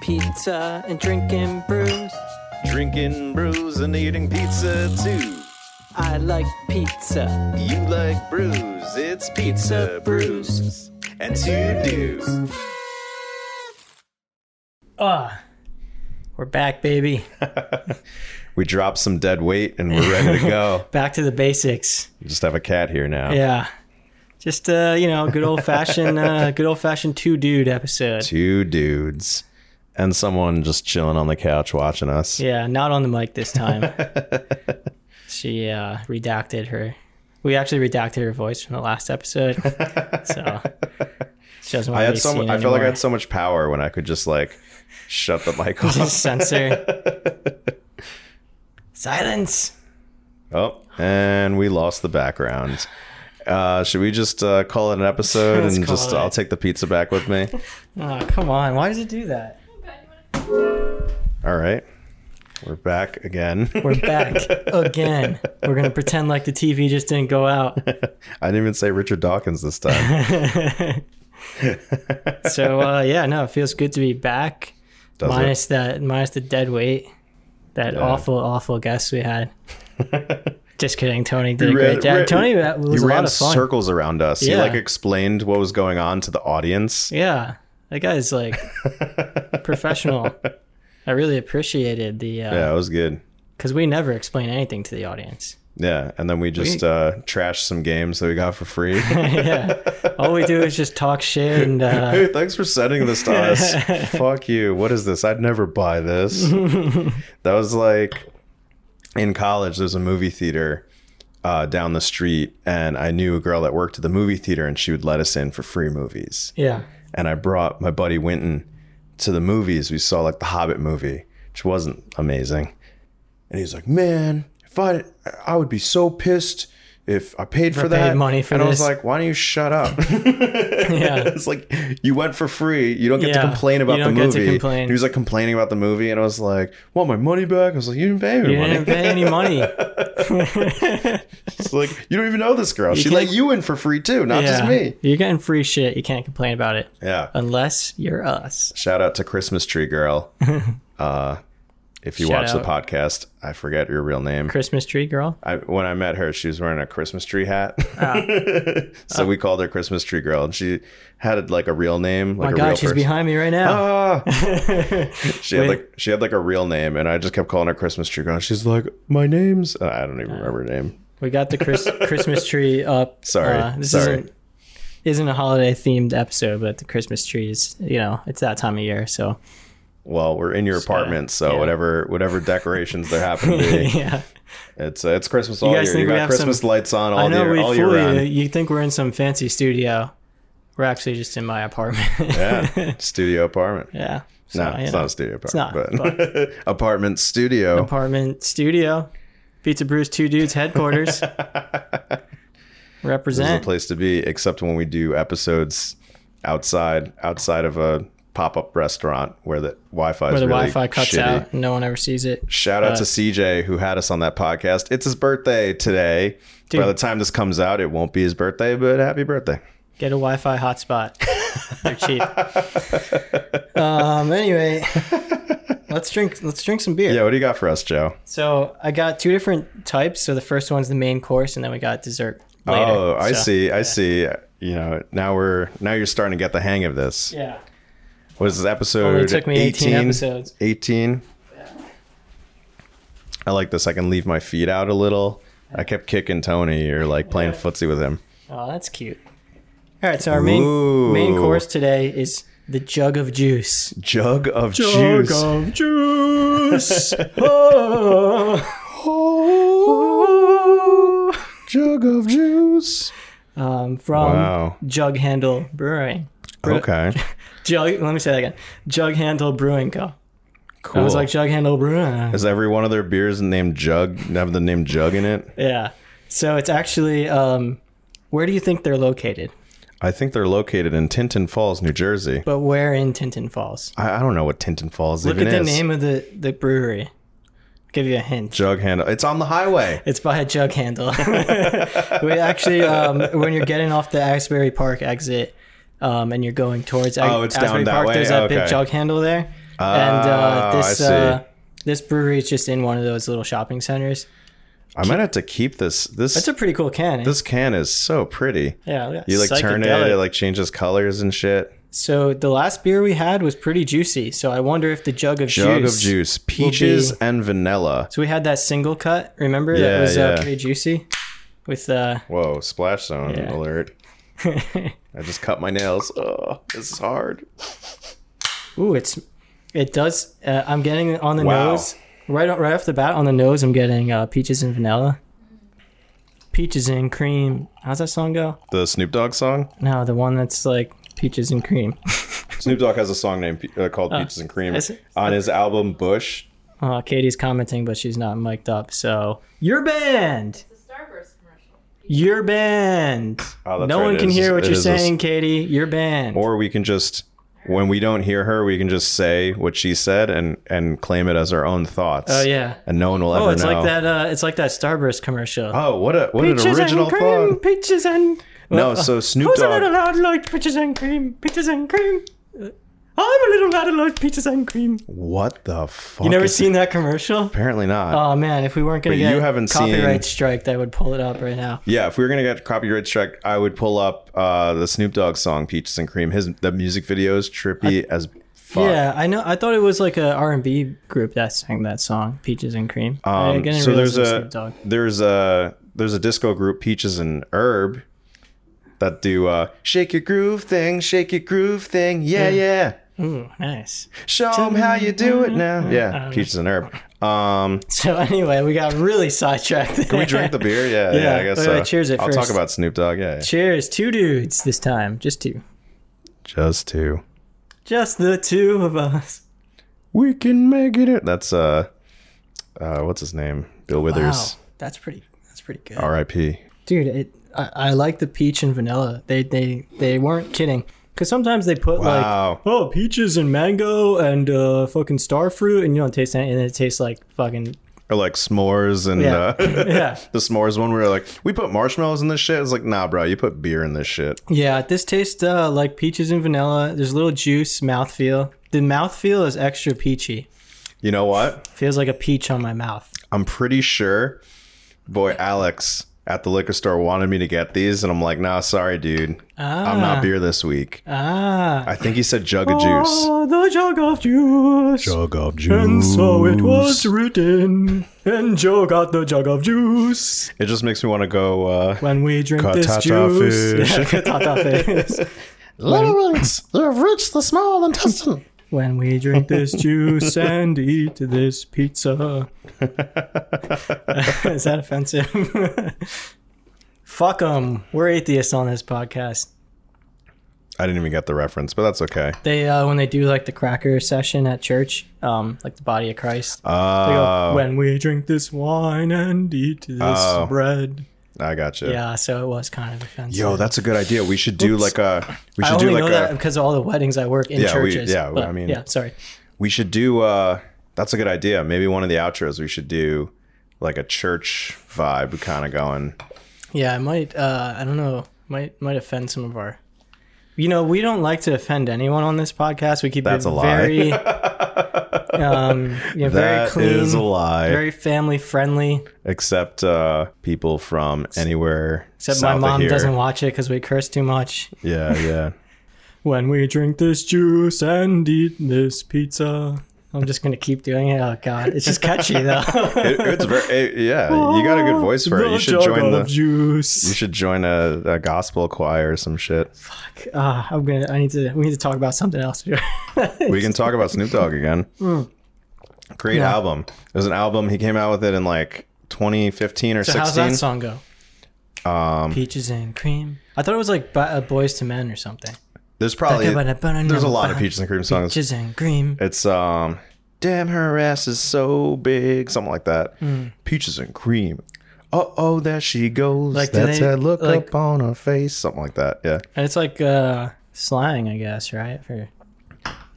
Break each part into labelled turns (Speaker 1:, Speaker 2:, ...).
Speaker 1: pizza and drinking brews.
Speaker 2: Drinking brews and eating pizza too.
Speaker 1: I like pizza.
Speaker 2: You like brews, it's pizza brews. And two dudes.
Speaker 1: Ah, we're back, baby.
Speaker 2: We dropped some dead weight and we're ready to go.
Speaker 1: Back to the basics.
Speaker 2: We just have a cat here now.
Speaker 1: Yeah, just uh, you know, good old fashioned, uh, good old fashioned two dude episode.
Speaker 2: Two dudes. And someone just chilling on the couch watching us.
Speaker 1: Yeah, not on the mic this time. she uh, redacted her. We actually redacted her voice from the last episode, so she doesn't want
Speaker 2: I
Speaker 1: to be
Speaker 2: had so
Speaker 1: seen
Speaker 2: mu- I felt like I
Speaker 1: anymore.
Speaker 2: had so much power when I could just like shut the mic off.
Speaker 1: Just censor. Silence.
Speaker 2: Oh, and we lost the background. Uh, should we just uh, call it an episode
Speaker 1: Let's
Speaker 2: and
Speaker 1: call
Speaker 2: just
Speaker 1: it.
Speaker 2: I'll take the pizza back with me?
Speaker 1: Oh, come on. Why does it do that?
Speaker 2: All right, we're back again.
Speaker 1: We're back again. We're gonna pretend like the TV just didn't go out.
Speaker 2: I didn't even say Richard Dawkins this time.
Speaker 1: So uh, yeah, no, it feels good to be back.
Speaker 2: Does it?
Speaker 1: minus that, minus the dead weight. That awful, awful guest we had. just kidding. Tony did a
Speaker 2: You
Speaker 1: great
Speaker 2: ran-
Speaker 1: job.
Speaker 2: ran-
Speaker 1: Tony that
Speaker 2: He
Speaker 1: was a lot
Speaker 2: ran
Speaker 1: of fun.
Speaker 2: circles around us. He
Speaker 1: Yeah.
Speaker 2: like explained what was going on to the audience.
Speaker 1: Yeah, that guy's like professional. I really appreciated the uh
Speaker 2: Yeah, it was good.
Speaker 1: because we never explain anything to the audience.
Speaker 2: Yeah, and then we just uh, trashed some games that we got for free.
Speaker 1: yeah, all we do is just talk shit and uh,
Speaker 2: hey, thanks for sending this to us. Fuck you. What is this? I'd never buy this. that was like in college, there's a movie theater uh, down the street, and I knew a girl that worked at the movie theater, and she would let us in for free movies.
Speaker 1: yeah.
Speaker 2: And I brought my buddy Winton to the movies. We saw like the Hobbit movie, which wasn't amazing. And he's like, man, if I, I would be so pissed. If I paid for
Speaker 1: I paid
Speaker 2: that
Speaker 1: money for
Speaker 2: and I was
Speaker 1: this.
Speaker 2: like, why don't you shut up?
Speaker 1: Yeah.
Speaker 2: it's like you went for free. You don't get
Speaker 1: Yeah,
Speaker 2: to complain
Speaker 1: you
Speaker 2: about
Speaker 1: don't
Speaker 2: the
Speaker 1: get to
Speaker 2: movie.
Speaker 1: complain.
Speaker 2: And He was like complaining about the movie, and I was like, "Want my money back?" I was like, "You didn't pay me
Speaker 1: You
Speaker 2: money."
Speaker 1: didn't pay any money.
Speaker 2: It's like you don't even know this girl. she
Speaker 1: can't-
Speaker 2: let you in for free too, not just me.
Speaker 1: You're getting free shit. You can't complain about it
Speaker 2: Yeah.
Speaker 1: unless you're us.
Speaker 2: Shout out to Christmas Tree Girl. uh, if you watch
Speaker 1: Shout
Speaker 2: the podcast, I forget your real name.
Speaker 1: Christmas tree girl.
Speaker 2: I, when I met her, she was wearing a Christmas tree hat,
Speaker 1: Ah.
Speaker 2: so we called her Christmas Tree Girl, and she had like a real name, like
Speaker 1: My
Speaker 2: a
Speaker 1: God,
Speaker 2: real
Speaker 1: she's
Speaker 2: person.
Speaker 1: behind me right now.
Speaker 2: ah. she had
Speaker 1: Wait.
Speaker 2: like she had like a real name, and I just kept calling her Christmas Tree Girl. She's like, my name's and I don't
Speaker 1: Uh.
Speaker 2: even remember her name.
Speaker 1: we got the Chris, Christmas tree up. Uh,
Speaker 2: Sorry,
Speaker 1: this
Speaker 2: sorry.
Speaker 1: isn't isn't a holiday themed episode, but the Christmas tree is you know it's that time of year. So
Speaker 2: Well, we're in your apartment, so
Speaker 1: yeah.
Speaker 2: whatever whatever decorations there happen to be,
Speaker 1: yeah,
Speaker 2: it's uh, it's Christmas all
Speaker 1: guys
Speaker 2: year.
Speaker 1: think
Speaker 2: You
Speaker 1: we
Speaker 2: got
Speaker 1: have
Speaker 2: Christmas
Speaker 1: some-
Speaker 2: lights on
Speaker 1: I
Speaker 2: all
Speaker 1: know
Speaker 2: year
Speaker 1: we
Speaker 2: all
Speaker 1: fool
Speaker 2: year
Speaker 1: you.
Speaker 2: round.
Speaker 1: You think we're in some fancy studio? We're actually just in my apartment.
Speaker 2: Yeah, studio apartment.
Speaker 1: yeah. So,
Speaker 2: No,
Speaker 1: you
Speaker 2: it's
Speaker 1: know.
Speaker 2: not a studio
Speaker 1: not,
Speaker 2: apartment, but, apartment studio.
Speaker 1: apartment studio, Pizza Brews Two Dudes headquarters.
Speaker 2: This is a
Speaker 1: Represent.
Speaker 2: place to be, except when we do episodes outside outside of a pop up restaurant where the Wi Fi is
Speaker 1: Where the
Speaker 2: really
Speaker 1: Wi-Fi cuts
Speaker 2: shitty.
Speaker 1: out, and no one ever sees it.
Speaker 2: Shout out to CJ who had us on that podcast. It's his birthday today. By the time this comes out, it won't be his birthday, but happy birthday.
Speaker 1: Get a Wi-Fi hotspot. They're cheap. um. Anyway, let's drink. Let's drink some beer.
Speaker 2: Yeah, what do you got for us, Joe?
Speaker 1: So I got two different types. So the first one's the main course, and then we got dessert later.
Speaker 2: oh, I
Speaker 1: So,
Speaker 2: see. I see. You know, now we're now you're starting to get the hang of this.
Speaker 1: Yeah.
Speaker 2: Was this episode
Speaker 1: Only took me 18 episodes.
Speaker 2: 18. I like this. I can leave my feet out a little. I kept kicking Tony or like playing footsie with him.
Speaker 1: Oh, that's cute. All right. So our main
Speaker 2: Ooh.
Speaker 1: main course today is the jug of juice.
Speaker 2: Jug of juice.
Speaker 1: of juice.
Speaker 2: Oh. Jug of juice.
Speaker 1: um, from
Speaker 2: Wow.
Speaker 1: Jug Handle Brewing. Bre-
Speaker 2: Okay.
Speaker 1: Jug, let me say that again. Jug Handle Brewing Co.
Speaker 2: Cool.
Speaker 1: I was like Jug Handle Brewing.
Speaker 2: Is every one of their beers named Jug? Have the name Jug in it?
Speaker 1: Yeah. So it's actually um, where do you think they're located?
Speaker 2: I think they're located in Tinton Falls, New Jersey.
Speaker 1: But where in Tinton Falls?
Speaker 2: I, I don't know what Tinton Falls
Speaker 1: Look
Speaker 2: even
Speaker 1: at the
Speaker 2: is.
Speaker 1: name of the the brewery. give you a hint.
Speaker 2: Jug handle. It's on the highway.
Speaker 1: It's by a jug handle. we actually, um, when you're getting off the Asbury Park exit, um, and you're going towards Ag-
Speaker 2: Oh, it's down
Speaker 1: Asbury
Speaker 2: that
Speaker 1: Park,
Speaker 2: way?
Speaker 1: there's that
Speaker 2: Okay.
Speaker 1: big jug handle there. and uh,
Speaker 2: Oh,
Speaker 1: this
Speaker 2: I see.
Speaker 1: uh, this brewery is just in one of those little shopping centers.
Speaker 2: I might have to keep this. This
Speaker 1: That's a pretty cool can. eh?
Speaker 2: this can is so pretty.
Speaker 1: yeah, yeah,
Speaker 2: You like turn it,
Speaker 1: psychedelic.
Speaker 2: it like changes colors and shit.
Speaker 1: So the last beer we had was pretty juicy. So I wonder if the jug of
Speaker 2: Jug
Speaker 1: juice.
Speaker 2: of juice, peaches and vanilla.
Speaker 1: So we had that single cut. Remember
Speaker 2: Yeah,
Speaker 1: that was
Speaker 2: yeah.
Speaker 1: Uh, pretty juicy, with uh,
Speaker 2: Whoa, splash zone
Speaker 1: Yeah.
Speaker 2: alert! I just cut my nails. Oh, this is hard.
Speaker 1: Ooh, it's it does. Uh, I'm getting on the
Speaker 2: Wow.
Speaker 1: nose right o- right off the bat. On the nose, I'm getting uh, peaches and vanilla, peaches and cream. How's that song go?
Speaker 2: The Snoop Dogg song.
Speaker 1: No, the one that's like peaches and cream.
Speaker 2: Snoop Dogg has a song named Pe- uh, called Peaches and Cream
Speaker 1: is Oh, it?
Speaker 2: on his album Bush.
Speaker 1: Uh, Katie's commenting, but she's not mic'd up. So your band,
Speaker 3: It's a Starburst commercial.
Speaker 1: your band.
Speaker 2: Oh, that's
Speaker 1: no
Speaker 2: right,
Speaker 1: one
Speaker 2: it
Speaker 1: can
Speaker 2: is-
Speaker 1: hear what
Speaker 2: it
Speaker 1: you're
Speaker 2: is a s-
Speaker 1: saying, Katie. Your band.
Speaker 2: Or we can just, when we don't hear her, we can just say what she said and and claim it as our own thoughts.
Speaker 1: oh yeah.
Speaker 2: And no one will ever
Speaker 1: Oh, it's
Speaker 2: know.
Speaker 1: like that. Uh, it's like that Starburst commercial.
Speaker 2: Oh, what a what
Speaker 1: peaches
Speaker 2: an original
Speaker 1: and cream,
Speaker 2: thought.
Speaker 1: peaches and
Speaker 2: No, so Snoop
Speaker 1: Who's a little
Speaker 2: Dogg.
Speaker 1: lad like peaches and cream? Peaches and cream. Uh, I'm a little lad like peaches and cream.
Speaker 2: What the fuck?
Speaker 1: You never
Speaker 2: is-
Speaker 1: seen that commercial?
Speaker 2: Apparently not.
Speaker 1: Oh man, if we weren't gonna
Speaker 2: But
Speaker 1: get
Speaker 2: you haven't
Speaker 1: copyright
Speaker 2: seen-
Speaker 1: strike, I would pull it up right now.
Speaker 2: Yeah, if we were gonna get copyright strike, I would pull up uh, the Snoop Dogg song "Peaches and Cream." His the music video is trippy as fuck.
Speaker 1: Yeah, I know. I thought it was like a R and B group that sang that song, "Peaches and Cream." I
Speaker 2: Um,
Speaker 1: didn't
Speaker 2: so
Speaker 1: realize
Speaker 2: there's
Speaker 1: it was
Speaker 2: a
Speaker 1: Snoop Dogg.
Speaker 2: there's a there's a disco group Peaches and Herb that do uh, "Shake Your Groove Thing," "Shake Your Groove Thing," yeah, yeah.
Speaker 1: Ooh, nice.
Speaker 2: Show 'em Show them how you do it now. Yeah, Peaches and Herb. Um,
Speaker 1: So anyway, we got really sidetracked.
Speaker 2: can we drink the beer? Yeah, yeah.
Speaker 1: Yeah,
Speaker 2: I guess
Speaker 1: wait,
Speaker 2: so.
Speaker 1: wait, cheers it
Speaker 2: I'll talk
Speaker 1: first.
Speaker 2: about Snoop Dogg. Yeah, yeah.
Speaker 1: Cheers, two dudes this time, just two,
Speaker 2: just two.
Speaker 1: just the two of us.
Speaker 2: We can make it. That's uh, uh, what's his name? Bill Withers.
Speaker 1: Wow, that's pretty. That's pretty good.
Speaker 2: R.I.P.
Speaker 1: dude it I, I like the peach and vanilla they they they weren't kidding because sometimes they put
Speaker 2: Wow.
Speaker 1: like oh peaches and mango and uh fucking star fruit and you don't taste any and it tastes like fucking
Speaker 2: Or like s'mores and
Speaker 1: Yeah.
Speaker 2: uh,
Speaker 1: yeah
Speaker 2: the s'mores one. Where like we put marshmallows in this shit. It's like nah, bro. You put beer in this shit.
Speaker 1: yeah this tastes uh like peaches and vanilla there's a little juice mouthfeel the mouthfeel is extra peachy
Speaker 2: You know what?
Speaker 1: feels like a peach on my mouth
Speaker 2: I'm pretty sure, boy, Alex at the liquor store wanted me to get these, and I'm like, nah, sorry, dude. I'm not beer this week.
Speaker 1: ah
Speaker 2: I think he said jug of juice.
Speaker 1: Oh, the jug of juice
Speaker 2: Jug of juice.
Speaker 1: and so it was written and joe got the jug of juice
Speaker 2: It just makes me want to go. uh
Speaker 1: when we drink this
Speaker 2: Katata
Speaker 1: juice.
Speaker 2: fish.
Speaker 1: Yeah, katata fish.
Speaker 2: Little ones, you have reached the small intestine.
Speaker 1: when we drink this juice and eat this pizza. Is that offensive? Fuck them. We're atheists on this podcast.
Speaker 2: I didn't even get the reference, but that's okay.
Speaker 1: They uh, when they do like the cracker session at church, um, like the body of Christ.
Speaker 2: Uh,
Speaker 1: They go, when we drink this wine and eat this
Speaker 2: Oh.
Speaker 1: bread.
Speaker 2: I got you.
Speaker 1: Yeah, so it was kind of offensive.
Speaker 2: Yo, that's a good idea. We should do like a. We
Speaker 1: I
Speaker 2: should
Speaker 1: only
Speaker 2: do like
Speaker 1: know
Speaker 2: a.
Speaker 1: that because of all the weddings I work in
Speaker 2: Yeah, we-
Speaker 1: churches.
Speaker 2: yeah,
Speaker 1: but,
Speaker 2: I mean-
Speaker 1: yeah. Sorry.
Speaker 2: We should do. uh That's a good idea. Maybe one of the outros. We should do like a church vibe, kind of going.
Speaker 1: Yeah, I might. Uh, I don't know. Might might offend some of our. You know, we don't like to offend anyone on this podcast. We keep
Speaker 2: That's
Speaker 1: it
Speaker 2: a lie.
Speaker 1: very, um, you know, very
Speaker 2: That is a
Speaker 1: clean,
Speaker 2: lie.
Speaker 1: very family friendly.
Speaker 2: Except uh people from anywhere.
Speaker 1: Except
Speaker 2: south
Speaker 1: my
Speaker 2: of
Speaker 1: mom
Speaker 2: here.
Speaker 1: doesn't watch it because we curse too much.
Speaker 2: Yeah, yeah.
Speaker 1: When we drink this juice and eat this pizza, I'm just gonna keep doing it. Oh God, it's just catchy though.
Speaker 2: It, it's very. it- yeah, you got a good voice for it. You should join the. You
Speaker 1: juice.
Speaker 2: should join a, a gospel choir or some shit.
Speaker 1: Ah, I'm gonna. I need to. We need to talk about something else.
Speaker 2: we can talk about Snoop Dogg again. Great
Speaker 1: Hmm. Yeah.
Speaker 2: album. It was an album he came out with it in like 2015 or
Speaker 1: So
Speaker 2: 16.
Speaker 1: how's that song go?
Speaker 2: Um,
Speaker 1: Peaches and cream. I thought it was like ba- uh, Boys to Men or something.
Speaker 2: there's probably
Speaker 1: There's
Speaker 2: Oh, there's a lot of peaches and cream songs.
Speaker 1: Peaches and cream.
Speaker 2: It's um, damn her ass is so big, something like that.
Speaker 1: Hmm.
Speaker 2: Peaches and cream. Uh oh, there she goes.
Speaker 1: Like, do
Speaker 2: That's
Speaker 1: they-
Speaker 2: that look
Speaker 1: like-
Speaker 2: up on her face, something like that. Yeah.
Speaker 1: And it's like uh, slang, I guess, right? For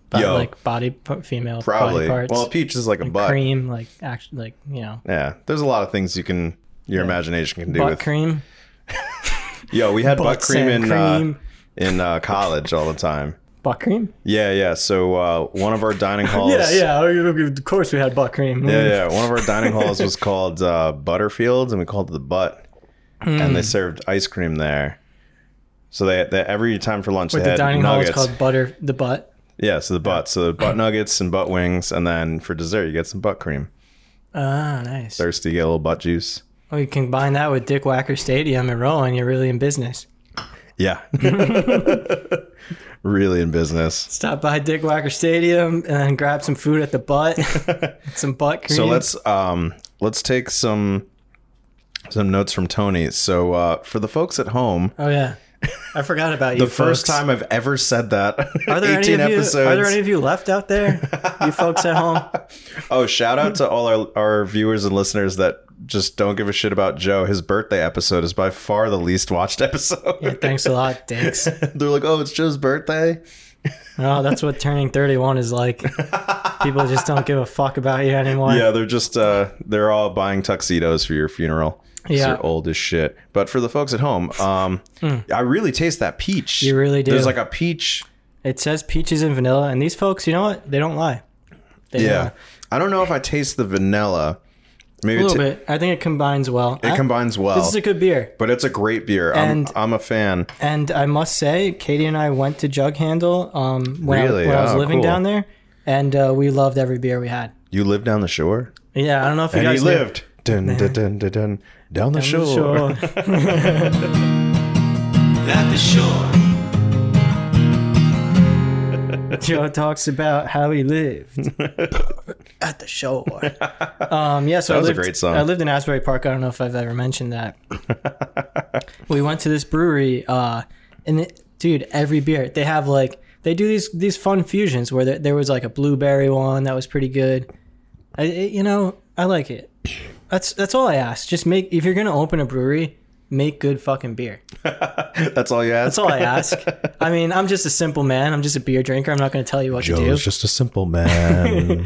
Speaker 1: bo-
Speaker 2: Yo.
Speaker 1: like body p- female
Speaker 2: Probably.
Speaker 1: body parts.
Speaker 2: Well, peach is like a butt.
Speaker 1: cream, like act, like you know,
Speaker 2: Yeah. There's a lot of things you can your imagination can do
Speaker 1: butt
Speaker 2: with.
Speaker 1: cream.
Speaker 2: Yo, we had butt,
Speaker 1: Butt
Speaker 2: cream in
Speaker 1: sand
Speaker 2: uh,
Speaker 1: cream.
Speaker 2: in uh, college all the time.
Speaker 1: Buck cream?
Speaker 2: Yeah, yeah. So uh, one of our dining halls.
Speaker 1: yeah. oh, Of course we had buck cream.
Speaker 2: Yeah, yeah. One of our dining halls was called uh, Butterfields, and we called it the Butt, and they
Speaker 1: Mm.
Speaker 2: served ice cream there. So they, they every time for lunch
Speaker 1: But
Speaker 2: they
Speaker 1: Mm-hmm. the
Speaker 2: had
Speaker 1: dining hall is
Speaker 2: nuggets.
Speaker 1: called Butter the Butt.
Speaker 2: yeah, so the butt, so butt nuggets and butt wings, and then for dessert you get some butt cream.
Speaker 1: Ah, nice.
Speaker 2: Thirsty, you get a little butt juice.
Speaker 1: Well, you combine that with Dick Wacker Stadium and Rowan, you're really in business.
Speaker 2: Yeah, really in business.
Speaker 1: Stop by Dick Wacker Stadium and then grab some food at the butt, some butt cream.
Speaker 2: So let's um let's take some some notes from Tony. So uh, for the folks at home,
Speaker 1: Oh yeah, I forgot about you.
Speaker 2: the first
Speaker 1: folks.
Speaker 2: time I've ever said that.
Speaker 1: Are there
Speaker 2: 18
Speaker 1: any of you?
Speaker 2: episodes.
Speaker 1: Are there any of you left out there? You folks at home.
Speaker 2: Oh, shout out to all our, our viewers and listeners that just don't give a shit about Joe. His birthday episode is by far the least watched episode.
Speaker 1: Yeah, thanks a lot, Dicks.
Speaker 2: They're like, oh, it's Joe's birthday.
Speaker 1: Oh, that's what turning 31 is like. People just don't give a fuck about you anymore.
Speaker 2: Yeah, they're just uh, they're all buying tuxedos for your funeral. 'Cause
Speaker 1: Yeah. Hmm.
Speaker 2: you're old as shit. But for the folks at home, um, I really taste that peach.
Speaker 1: You really do.
Speaker 2: There's like a peach.
Speaker 1: It says peaches and vanilla, and these folks, you know what? They don't lie. They,
Speaker 2: Yeah,
Speaker 1: uh,
Speaker 2: I don't know if I taste the vanilla. Maybe
Speaker 1: a little
Speaker 2: it,
Speaker 1: bit. I think it combines well.
Speaker 2: it
Speaker 1: I-
Speaker 2: combines well,
Speaker 1: This is a good beer.
Speaker 2: but it's a great beer.
Speaker 1: And-
Speaker 2: I'm I'm a fan.
Speaker 1: And I must say, Katie and I went to Jug Handle um, when,
Speaker 2: Really?
Speaker 1: I, when I was
Speaker 2: Oh,
Speaker 1: living
Speaker 2: cool.
Speaker 1: down there, and uh, we loved every beer we had.
Speaker 2: You live down the shore.
Speaker 1: Yeah, I don't know if you
Speaker 2: and
Speaker 1: guys
Speaker 2: he
Speaker 1: knew.
Speaker 2: lived dun, dun, dun, dun, dun, down the shore.
Speaker 1: Sure.
Speaker 3: at the shore.
Speaker 1: Joe talks about how he lived at the shore. Um, yeah, so
Speaker 2: That
Speaker 1: I
Speaker 2: was a
Speaker 1: lived,
Speaker 2: great song.
Speaker 1: I lived in Asbury Park. I don't know if I've ever mentioned that. we went to this brewery, uh, and it, dude, every beer they have like they do these these fun fusions where there, there was like a blueberry one that was pretty good. I, it- you know, I like it. That's that's all I ask. Just make if you're gonna open a brewery, make good fucking beer.
Speaker 2: That's all you ask.
Speaker 1: That's all I ask. I mean, I'm just a simple man. I'm just a beer drinker. I'm not going to tell you what to do.
Speaker 2: Joe's just a simple man.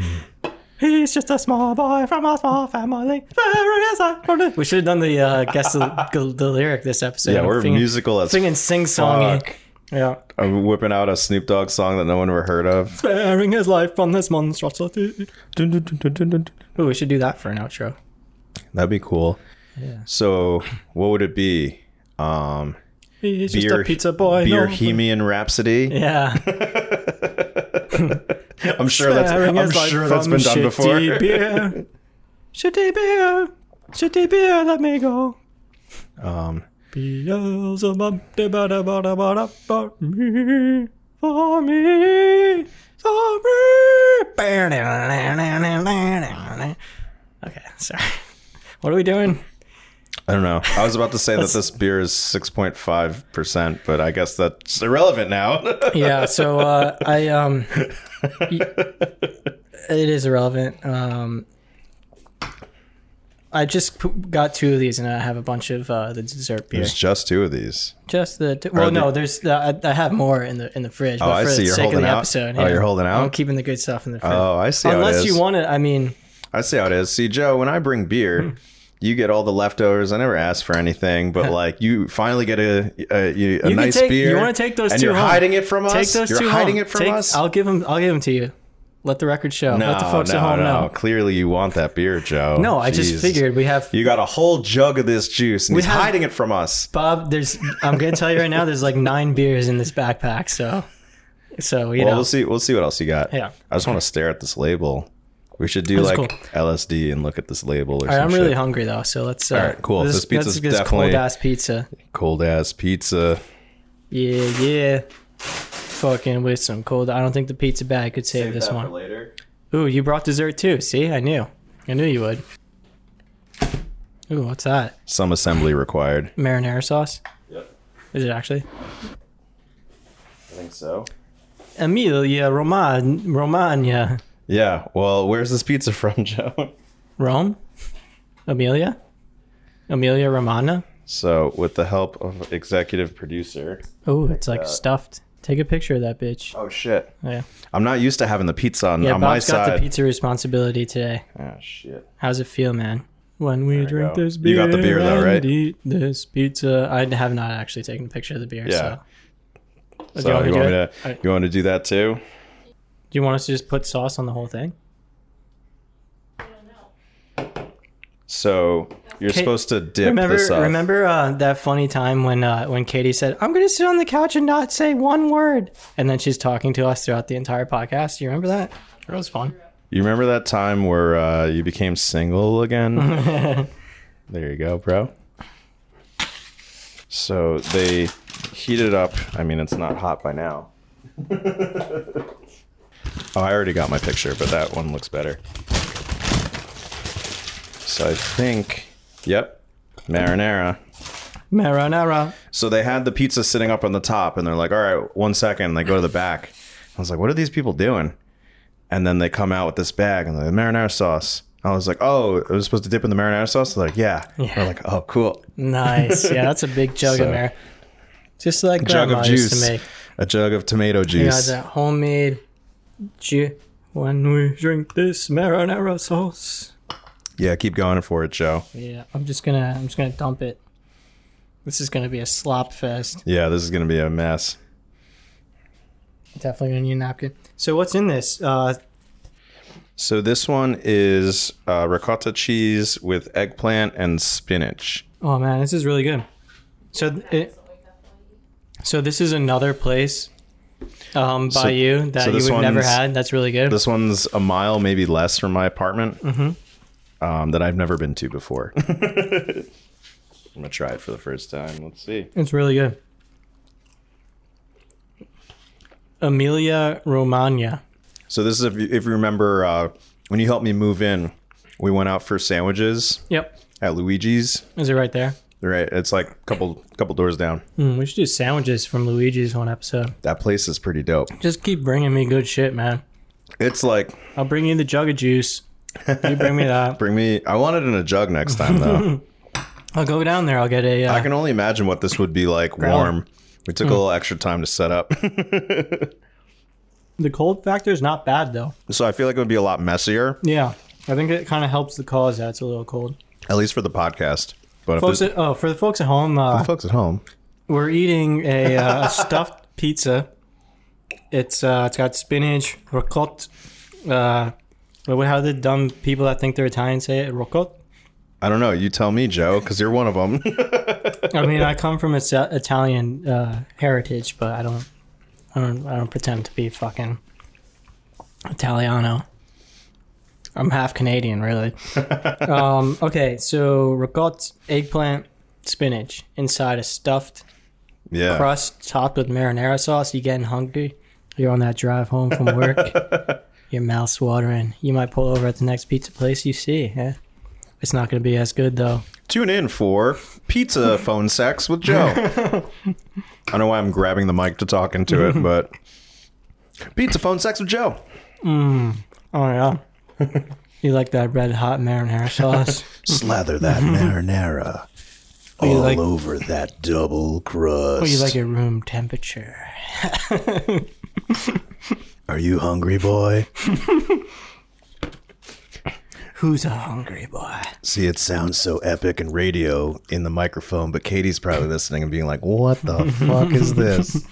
Speaker 1: He's just a small boy from a small family. Very sorry. We should have done the uh, guess the, the lyric this episode.
Speaker 2: yeah, we're
Speaker 1: singing,
Speaker 2: musical as
Speaker 1: singing sing songy.
Speaker 2: fuck.
Speaker 1: Yeah,
Speaker 2: I'm whipping out a Snoop Dogg song that no one ever heard of.
Speaker 1: sparing his life from this monstrosity.
Speaker 2: Dun, dun, dun, dun, dun, dun.
Speaker 1: Ooh, we should do that for an outro.
Speaker 2: That'd be cool. So, what would it be? Um,
Speaker 1: He's just
Speaker 2: beer,
Speaker 1: a pizza boy.
Speaker 2: beer
Speaker 1: no.
Speaker 2: Bohemian Rhapsody.
Speaker 1: yeah,
Speaker 2: I'm sure that's
Speaker 1: Sparing
Speaker 2: I'm
Speaker 1: his life
Speaker 2: sure that's
Speaker 1: from
Speaker 2: been done before.
Speaker 1: shitty Beer. shitty beer, shitty beer, let me go.
Speaker 2: Um,
Speaker 1: Beelzebub, da-ba-da-ba-da-ba-da, for me, for me, for me. Okay, sorry. What are we doing?
Speaker 2: I don't know. I was about to say that this beer is 6.5 percent, but I guess that's irrelevant now.
Speaker 1: Yeah, so uh, I um, it is irrelevant. Um, I just p- got two of these, and I have a bunch of uh, the dessert beer.
Speaker 2: There's just two of these.
Speaker 1: Just the two, well,
Speaker 2: Are they-
Speaker 1: no, there's uh, I, I have more in the in the fridge.
Speaker 2: Oh, I
Speaker 1: but for
Speaker 2: see.
Speaker 1: the
Speaker 2: You're
Speaker 1: sake of
Speaker 2: holding
Speaker 1: the
Speaker 2: out.
Speaker 1: episode,
Speaker 2: Oh, you're holding
Speaker 1: I'm
Speaker 2: out?
Speaker 1: keeping the good stuff in the fridge.
Speaker 2: Oh, I see. how it
Speaker 1: Unless
Speaker 2: is.
Speaker 1: you want it, I mean,
Speaker 2: I see how it is. See, Joe, when I bring
Speaker 1: Hmm.
Speaker 2: beer, you get all the leftovers. I never ask for anything, but like you finally get a a, you- a
Speaker 1: You can
Speaker 2: nice
Speaker 1: take-
Speaker 2: beer.
Speaker 1: you wanna take those
Speaker 2: and
Speaker 1: two
Speaker 2: you're
Speaker 1: home.
Speaker 2: hiding it from us.
Speaker 1: take those
Speaker 2: you're
Speaker 1: two
Speaker 2: hiding
Speaker 1: home.
Speaker 2: it from
Speaker 1: Take-
Speaker 2: us.
Speaker 1: I'll give them. I'll give them to you. Let the record show.
Speaker 2: no,
Speaker 1: Let the folks
Speaker 2: no,
Speaker 1: at home
Speaker 2: no.
Speaker 1: know.
Speaker 2: Clearly, you want that beer, Joe.
Speaker 1: No, I
Speaker 2: Jeez.
Speaker 1: just figured we have
Speaker 2: you got a whole jug of this juice, and
Speaker 1: We
Speaker 2: he's
Speaker 1: have-
Speaker 2: hiding it from us.
Speaker 1: Bob. There's. I'm gonna tell you right now. There's like nine beers in this backpack. So, so you
Speaker 2: Well,
Speaker 1: know.
Speaker 2: we'll see. We'll see what else you got.
Speaker 1: Yeah.
Speaker 2: I just want to stare at this label. We should do
Speaker 1: That's
Speaker 2: like
Speaker 1: cool.
Speaker 2: LSD and look at this label or
Speaker 1: All right,
Speaker 2: some
Speaker 1: I'm really
Speaker 2: shit.
Speaker 1: hungry though, so let's. Uh,
Speaker 2: All right, cool.
Speaker 1: This,
Speaker 2: This pizza's
Speaker 1: let's get this
Speaker 2: definitely-
Speaker 1: cold ass pizza.
Speaker 2: Cold ass pizza.
Speaker 1: Yeah, yeah. Fucking with some cold. I don't think the pizza bag could save, this one.
Speaker 2: later.
Speaker 1: Ooh, you brought dessert too. See, I knew. I knew you would. Ooh, what's that?
Speaker 2: Some assembly required.
Speaker 1: Marinara sauce?
Speaker 2: Yep,
Speaker 1: Is it actually?
Speaker 2: I think so.
Speaker 1: Emilia Roman- Romagna.
Speaker 2: Yeah. Well, where's this pizza from, Joe?
Speaker 1: Rome? Amelia? Amelia Romana?
Speaker 2: So, with the help of executive producer.
Speaker 1: Oh, it's like
Speaker 2: that.
Speaker 1: stuffed. Take a picture of that bitch.
Speaker 2: Oh shit!
Speaker 1: Yeah,
Speaker 2: I'm not used to having the pizza on,
Speaker 1: yeah.
Speaker 2: on my
Speaker 1: Bob's got the
Speaker 2: side.
Speaker 1: pizza responsibility today.
Speaker 2: Oh shit!
Speaker 1: How's it feel, man? When we drink
Speaker 2: go.
Speaker 1: this beer,
Speaker 2: You got the beer, though,
Speaker 1: and
Speaker 2: right?
Speaker 1: Eat this pizza. I have not actually taken a picture of the beer.
Speaker 2: Yeah.
Speaker 1: So. do
Speaker 2: So
Speaker 1: you want me
Speaker 2: you
Speaker 1: to do
Speaker 2: want me to
Speaker 1: it? All right.
Speaker 2: you want to do that too?
Speaker 1: Do you want us to just put sauce on the whole thing?
Speaker 2: So you're
Speaker 1: Okay.
Speaker 2: supposed to dip
Speaker 1: remember,
Speaker 2: this up.
Speaker 1: remember uh, that funny time when uh, when Katie said, "I'm going to sit on the couch and not say one word," and then she's talking to us throughout the entire podcast. Do you remember that? It was fun.
Speaker 2: You remember that time where uh, you became single again? there you go, bro. So they heat it up. I mean, it's not hot by now. oh, I already got my picture, but that one looks better. So I think, yep, marinara.
Speaker 1: Marinara.
Speaker 2: So they had the pizza sitting up on the top, and they're like, "All right, one second." And they go to the back. I was like, "What are these people doing?" And then they come out with this bag and they're like, marinara sauce. I was like, "Oh, it was supposed to dip in the marinara sauce." They're like, "Yeah."
Speaker 1: Yeah.
Speaker 2: We're like, "Oh, cool."
Speaker 1: Nice. Yeah, that's a big jug
Speaker 2: So-
Speaker 1: in there. Just like
Speaker 2: jug
Speaker 1: grandma
Speaker 2: of
Speaker 1: used
Speaker 2: juice,
Speaker 1: to make.
Speaker 2: a jug of tomato
Speaker 1: Yeah,
Speaker 2: juice.
Speaker 1: that homemade juice. When we drink this marinara sauce.
Speaker 2: yeah, keep going for it, Joe.
Speaker 1: Yeah, I'm just gonna I'm just gonna dump it. This is gonna be a slop fest.
Speaker 2: Yeah, this is gonna be a mess.
Speaker 1: Definitely gonna need a napkin. So what's in this? Uh,
Speaker 2: So this one is uh, ricotta cheese with eggplant and spinach.
Speaker 1: oh man, this is really good. So th- it, so this is another place um, by
Speaker 2: So-
Speaker 1: you that
Speaker 2: so this
Speaker 1: you would never
Speaker 2: one's-
Speaker 1: had. That's really good.
Speaker 2: This one's a mile, maybe less, from my apartment um, that I've never been to before. I'm gonna try it for the first time. Let's see.
Speaker 1: It's really good. Amelia Romagna.
Speaker 2: So this is if you, if you remember uh, when you helped me move in, we went out for sandwiches
Speaker 1: Yep.
Speaker 2: at Luigi's.
Speaker 1: Is it right there?
Speaker 2: Right, it's like a couple couple doors down.
Speaker 1: Mm, we should do sandwiches from Luigi's one episode.
Speaker 2: That place is pretty dope.
Speaker 1: Just keep bringing me good shit, man.
Speaker 2: It's like
Speaker 1: I'll bring you the jug of juice. You bring me that.
Speaker 2: bring me. I want it in a jug next time though.
Speaker 1: I'll go down there. I'll get a. Uh,
Speaker 2: I can only imagine what this would be like warm. We took a little extra time to set up,
Speaker 1: the cold factor is not bad though.
Speaker 2: so I feel like it would be a lot messier,
Speaker 1: Yeah, I think it kind of helps the cause that it's a little cold.
Speaker 2: at least for the podcast. But if
Speaker 1: Folks,
Speaker 2: this-
Speaker 1: at, oh, for the folks at home, uh,
Speaker 2: folks at home.
Speaker 1: we're eating a, uh, a stuffed pizza. It's uh, it's got spinach, ricotta. Uh, what? How the dumb people that think they're Italian say it? Ricotta.
Speaker 2: I don't know. You tell me, Joe, because you're one of them.
Speaker 1: I mean, I come from its Italian uh, heritage, but I don't, I don't, I don't pretend to be fucking Italiano. I'm half Canadian, really. um, okay, so ricotta, eggplant, spinach inside a stuffed
Speaker 2: yeah.
Speaker 1: crust topped with marinara sauce. You getting hungry? You're on that drive home from work. Your mouth's watering. You might pull over at the next pizza place you see. Eh? It's not going to be as good though.
Speaker 2: Tune in for Pizza Phone Sex with Joe. I don't know why I'm grabbing the mic to talk into it, but Pizza Phone Sex with Joe.
Speaker 1: Oh yeah. you like that red hot marinara sauce?
Speaker 2: Slather that marinara
Speaker 1: you like-
Speaker 2: over that double crust.
Speaker 1: or you like it room temperature?
Speaker 2: Are you hungry, boy?
Speaker 1: Who's a hungry boy?
Speaker 2: See, it sounds so epic in radio in the microphone, but Katie's probably listening and being like, "What the fuck is this?"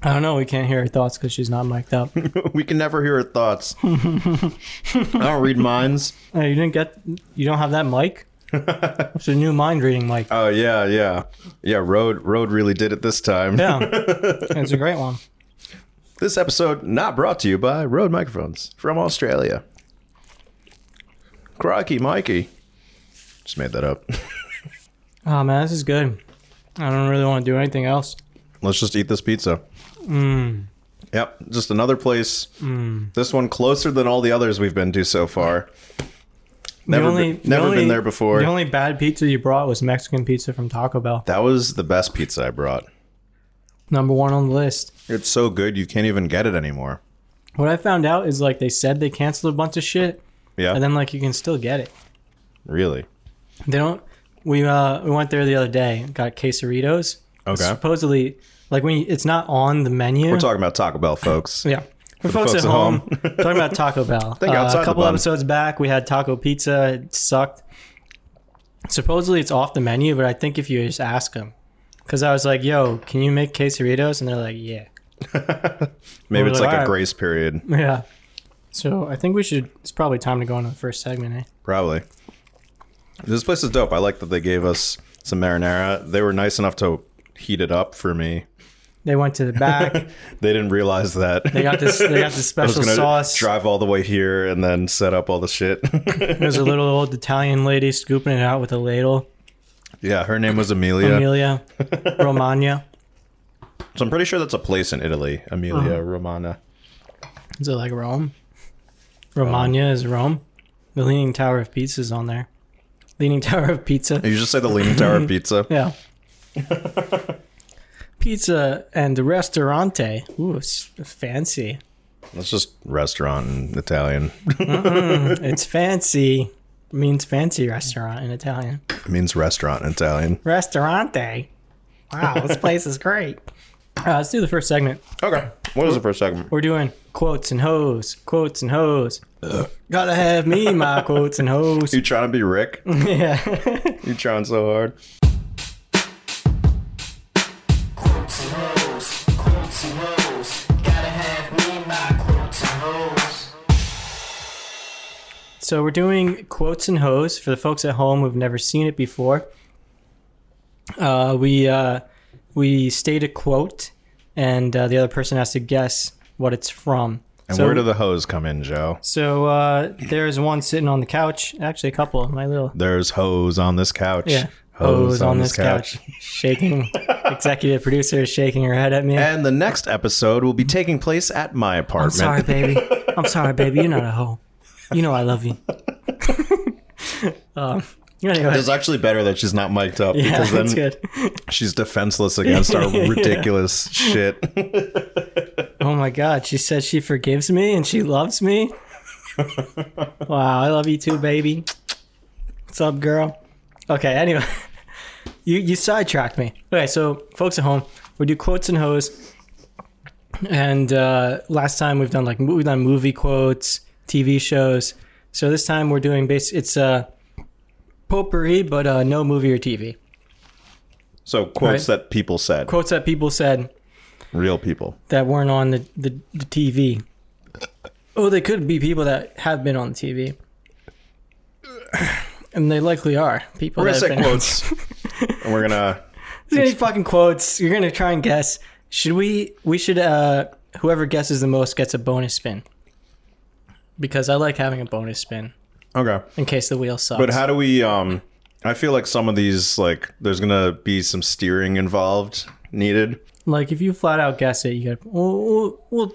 Speaker 1: I don't know. We can't hear her thoughts because she's not mic'd up.
Speaker 2: we can never hear her thoughts. I don't read minds.
Speaker 1: Uh, you didn't get. You don't have that mic. it's a new mind reading mic.
Speaker 2: Oh yeah, yeah, yeah. Road Road really did it this time.
Speaker 1: Yeah, it's a great one.
Speaker 2: This episode not brought to you by Road Microphones from Australia. Crikey, Mikey. Just made that up.
Speaker 1: Oh man, this is good. I don't really want to do anything else.
Speaker 2: Let's just eat this pizza.
Speaker 1: Mm.
Speaker 2: Yep, just another place. This one closer than all the others we've been to so far. Never,
Speaker 1: the only,
Speaker 2: been,
Speaker 1: the
Speaker 2: never
Speaker 1: only-
Speaker 2: been there before.
Speaker 1: The only bad pizza you brought was Mexican pizza from Taco Bell.
Speaker 2: that was the best pizza I brought.
Speaker 1: Number one on the list.
Speaker 2: It's so good you can't even get it anymore.
Speaker 1: What I found out is like they said they canceled a bunch of shit,
Speaker 2: Yeah,
Speaker 1: and then like you can still get it.
Speaker 2: really.
Speaker 1: They don't. We uh we went there the other day. Got quesaritos.
Speaker 2: Okay,
Speaker 1: Supposedly, like when you, it's not on the menu.
Speaker 2: we're talking about Taco Bell, folks.
Speaker 1: yeah. For, folks,
Speaker 2: folks
Speaker 1: at
Speaker 2: at
Speaker 1: home,
Speaker 2: home.
Speaker 1: talking about Taco Bell. Uh,
Speaker 2: Think outside
Speaker 1: a
Speaker 2: the
Speaker 1: couple
Speaker 2: bun.
Speaker 1: episodes back, we had taco pizza. It sucked. Supposedly, it's off the menu, but I think if you just ask them, because I was like, "Yo, can you make quesadillas?" And they're like, "Yeah,
Speaker 2: Maybe
Speaker 1: Well,
Speaker 2: it's like a
Speaker 1: alright.
Speaker 2: grace period.
Speaker 1: yeah." So I think we should. It's probably time to go on to the first segment. Eh?
Speaker 2: Probably. This place is dope. I like that they gave us some marinara. They were nice enough to heat it up for me.
Speaker 1: They went to the back.
Speaker 2: they didn't realize that.
Speaker 1: they got this. They got this
Speaker 2: I was
Speaker 1: special
Speaker 2: gonna
Speaker 1: sauce.
Speaker 2: drive all the way here and then set up all the shit.
Speaker 1: There's a little old Italian lady scooping it out with a ladle.
Speaker 2: yeah, her name was Amelia.
Speaker 1: Amelia Romagna.
Speaker 2: So I'm pretty sure that's a place in Italy, Amelia
Speaker 1: Uh-huh.
Speaker 2: Romana.
Speaker 1: Is it like Rome? Romagna is Rome. The Leaning Tower of Pizza is on there. Leaning Tower of Pizza.
Speaker 2: You just say the Leaning Tower of Pizza.
Speaker 1: Yeah. Pizza and restaurante. Ooh, it's fancy.
Speaker 2: That's just restaurant in Italian.
Speaker 1: It's fancy. Means fancy restaurant in Italian.
Speaker 2: It means restaurant in Italian.
Speaker 1: Restaurante. Wow, this place is great. Uh, let's do the first segment.
Speaker 2: Okay. What was the first segment?
Speaker 1: We're doing quotes and hoes, quotes and hoes. Gotta have me my quotes and hoes.
Speaker 2: You trying to be Rick?
Speaker 1: yeah.
Speaker 2: You trying so hard?
Speaker 3: Quotes and hoes, quotes and hoes. Gotta have me my quotes and hoes.
Speaker 1: So we're doing quotes and hoes for the folks at home who've never seen it before. Uh, we uh, we state a quote, and uh, the other person has to guess what it's from.
Speaker 2: And
Speaker 1: so,
Speaker 2: where do the hoes come in, Joe?
Speaker 1: so uh, there's one sitting on the couch. Actually, a couple. My little
Speaker 2: There's hoes on this couch.
Speaker 1: yeah,
Speaker 2: Hoes on, this couch.
Speaker 1: shaking. Executive producer is shaking her head at me.
Speaker 2: And the next episode will be taking place at my
Speaker 1: I'm
Speaker 2: apartment.
Speaker 1: sorry, baby. I'm sorry, baby. You're not a hoe. You know I love you. um, anyway,
Speaker 2: It's actually better that she's not mic'd up
Speaker 1: yeah,
Speaker 2: because then
Speaker 1: that's good.
Speaker 2: she's defenseless against our
Speaker 1: Yeah.
Speaker 2: ridiculous shit.
Speaker 1: Oh my God. She said she forgives me and she loves me. wow. I love you too, baby. What's up, girl? Okay. Anyway, you, you sidetracked me. Okay. So, folks at home, we do quotes and hoes. And uh, last time we've done like mo- we've done movie quotes, TV shows. So this time we're doing base. It's uh, potpourri, but uh, no movie or TV.
Speaker 2: So quotes that people said,
Speaker 1: Quotes that people said
Speaker 2: real people.
Speaker 1: that weren't on the, the, the TV. Oh, they could be people that have been on TV. And they likely are people
Speaker 2: We're
Speaker 1: that
Speaker 2: gonna
Speaker 1: have
Speaker 2: say
Speaker 1: been
Speaker 2: quotes, and we're gonna.
Speaker 1: There's gonna be fucking quotes. You're gonna try and guess. Should we? We should. uh Whoever guesses the most gets a bonus spin. Because I like having a bonus spin
Speaker 2: Okay,
Speaker 1: in case the wheel sucks.
Speaker 2: but how do we? Um, I feel like some of these, like, there's gonna be some steering involved needed.
Speaker 1: like if you flat out guess it, you get. Well, well, well,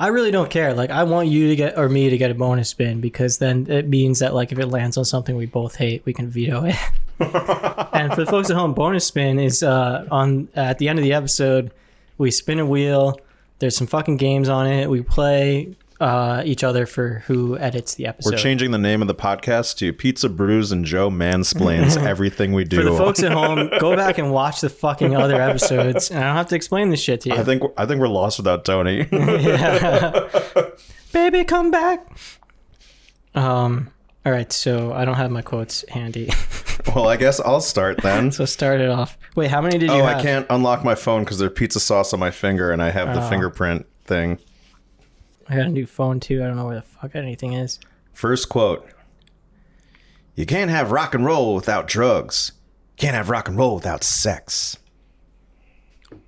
Speaker 1: I really don't care. Like I want you to get or me to get a bonus spin because then it means that like if it lands on something we both hate, we can veto it. and for the folks at home, bonus spin is uh, on at the end of the episode. We spin a wheel. There's some fucking games on it. We play uh, each other for who edits the episode.
Speaker 2: We're changing the name of the podcast to Pizza Brews and Joe Mansplains Everything We Do.
Speaker 1: for the folks at home, go back and watch the fucking other episodes, and I don't have to explain this shit to you.
Speaker 2: I think I think we're lost without Tony.
Speaker 1: baby come back um all right so i don't have my quotes handy
Speaker 2: well, I guess I'll start then.
Speaker 1: so start it off wait how many did you
Speaker 2: Oh,
Speaker 1: have?
Speaker 2: I can't unlock my phone because there's pizza sauce on my finger, and I have
Speaker 1: Oh.
Speaker 2: the fingerprint thing.
Speaker 1: i got a new phone too i don't know where the fuck anything is
Speaker 2: First quote: You can't have rock and roll without drugs. Can't have rock and roll without sex.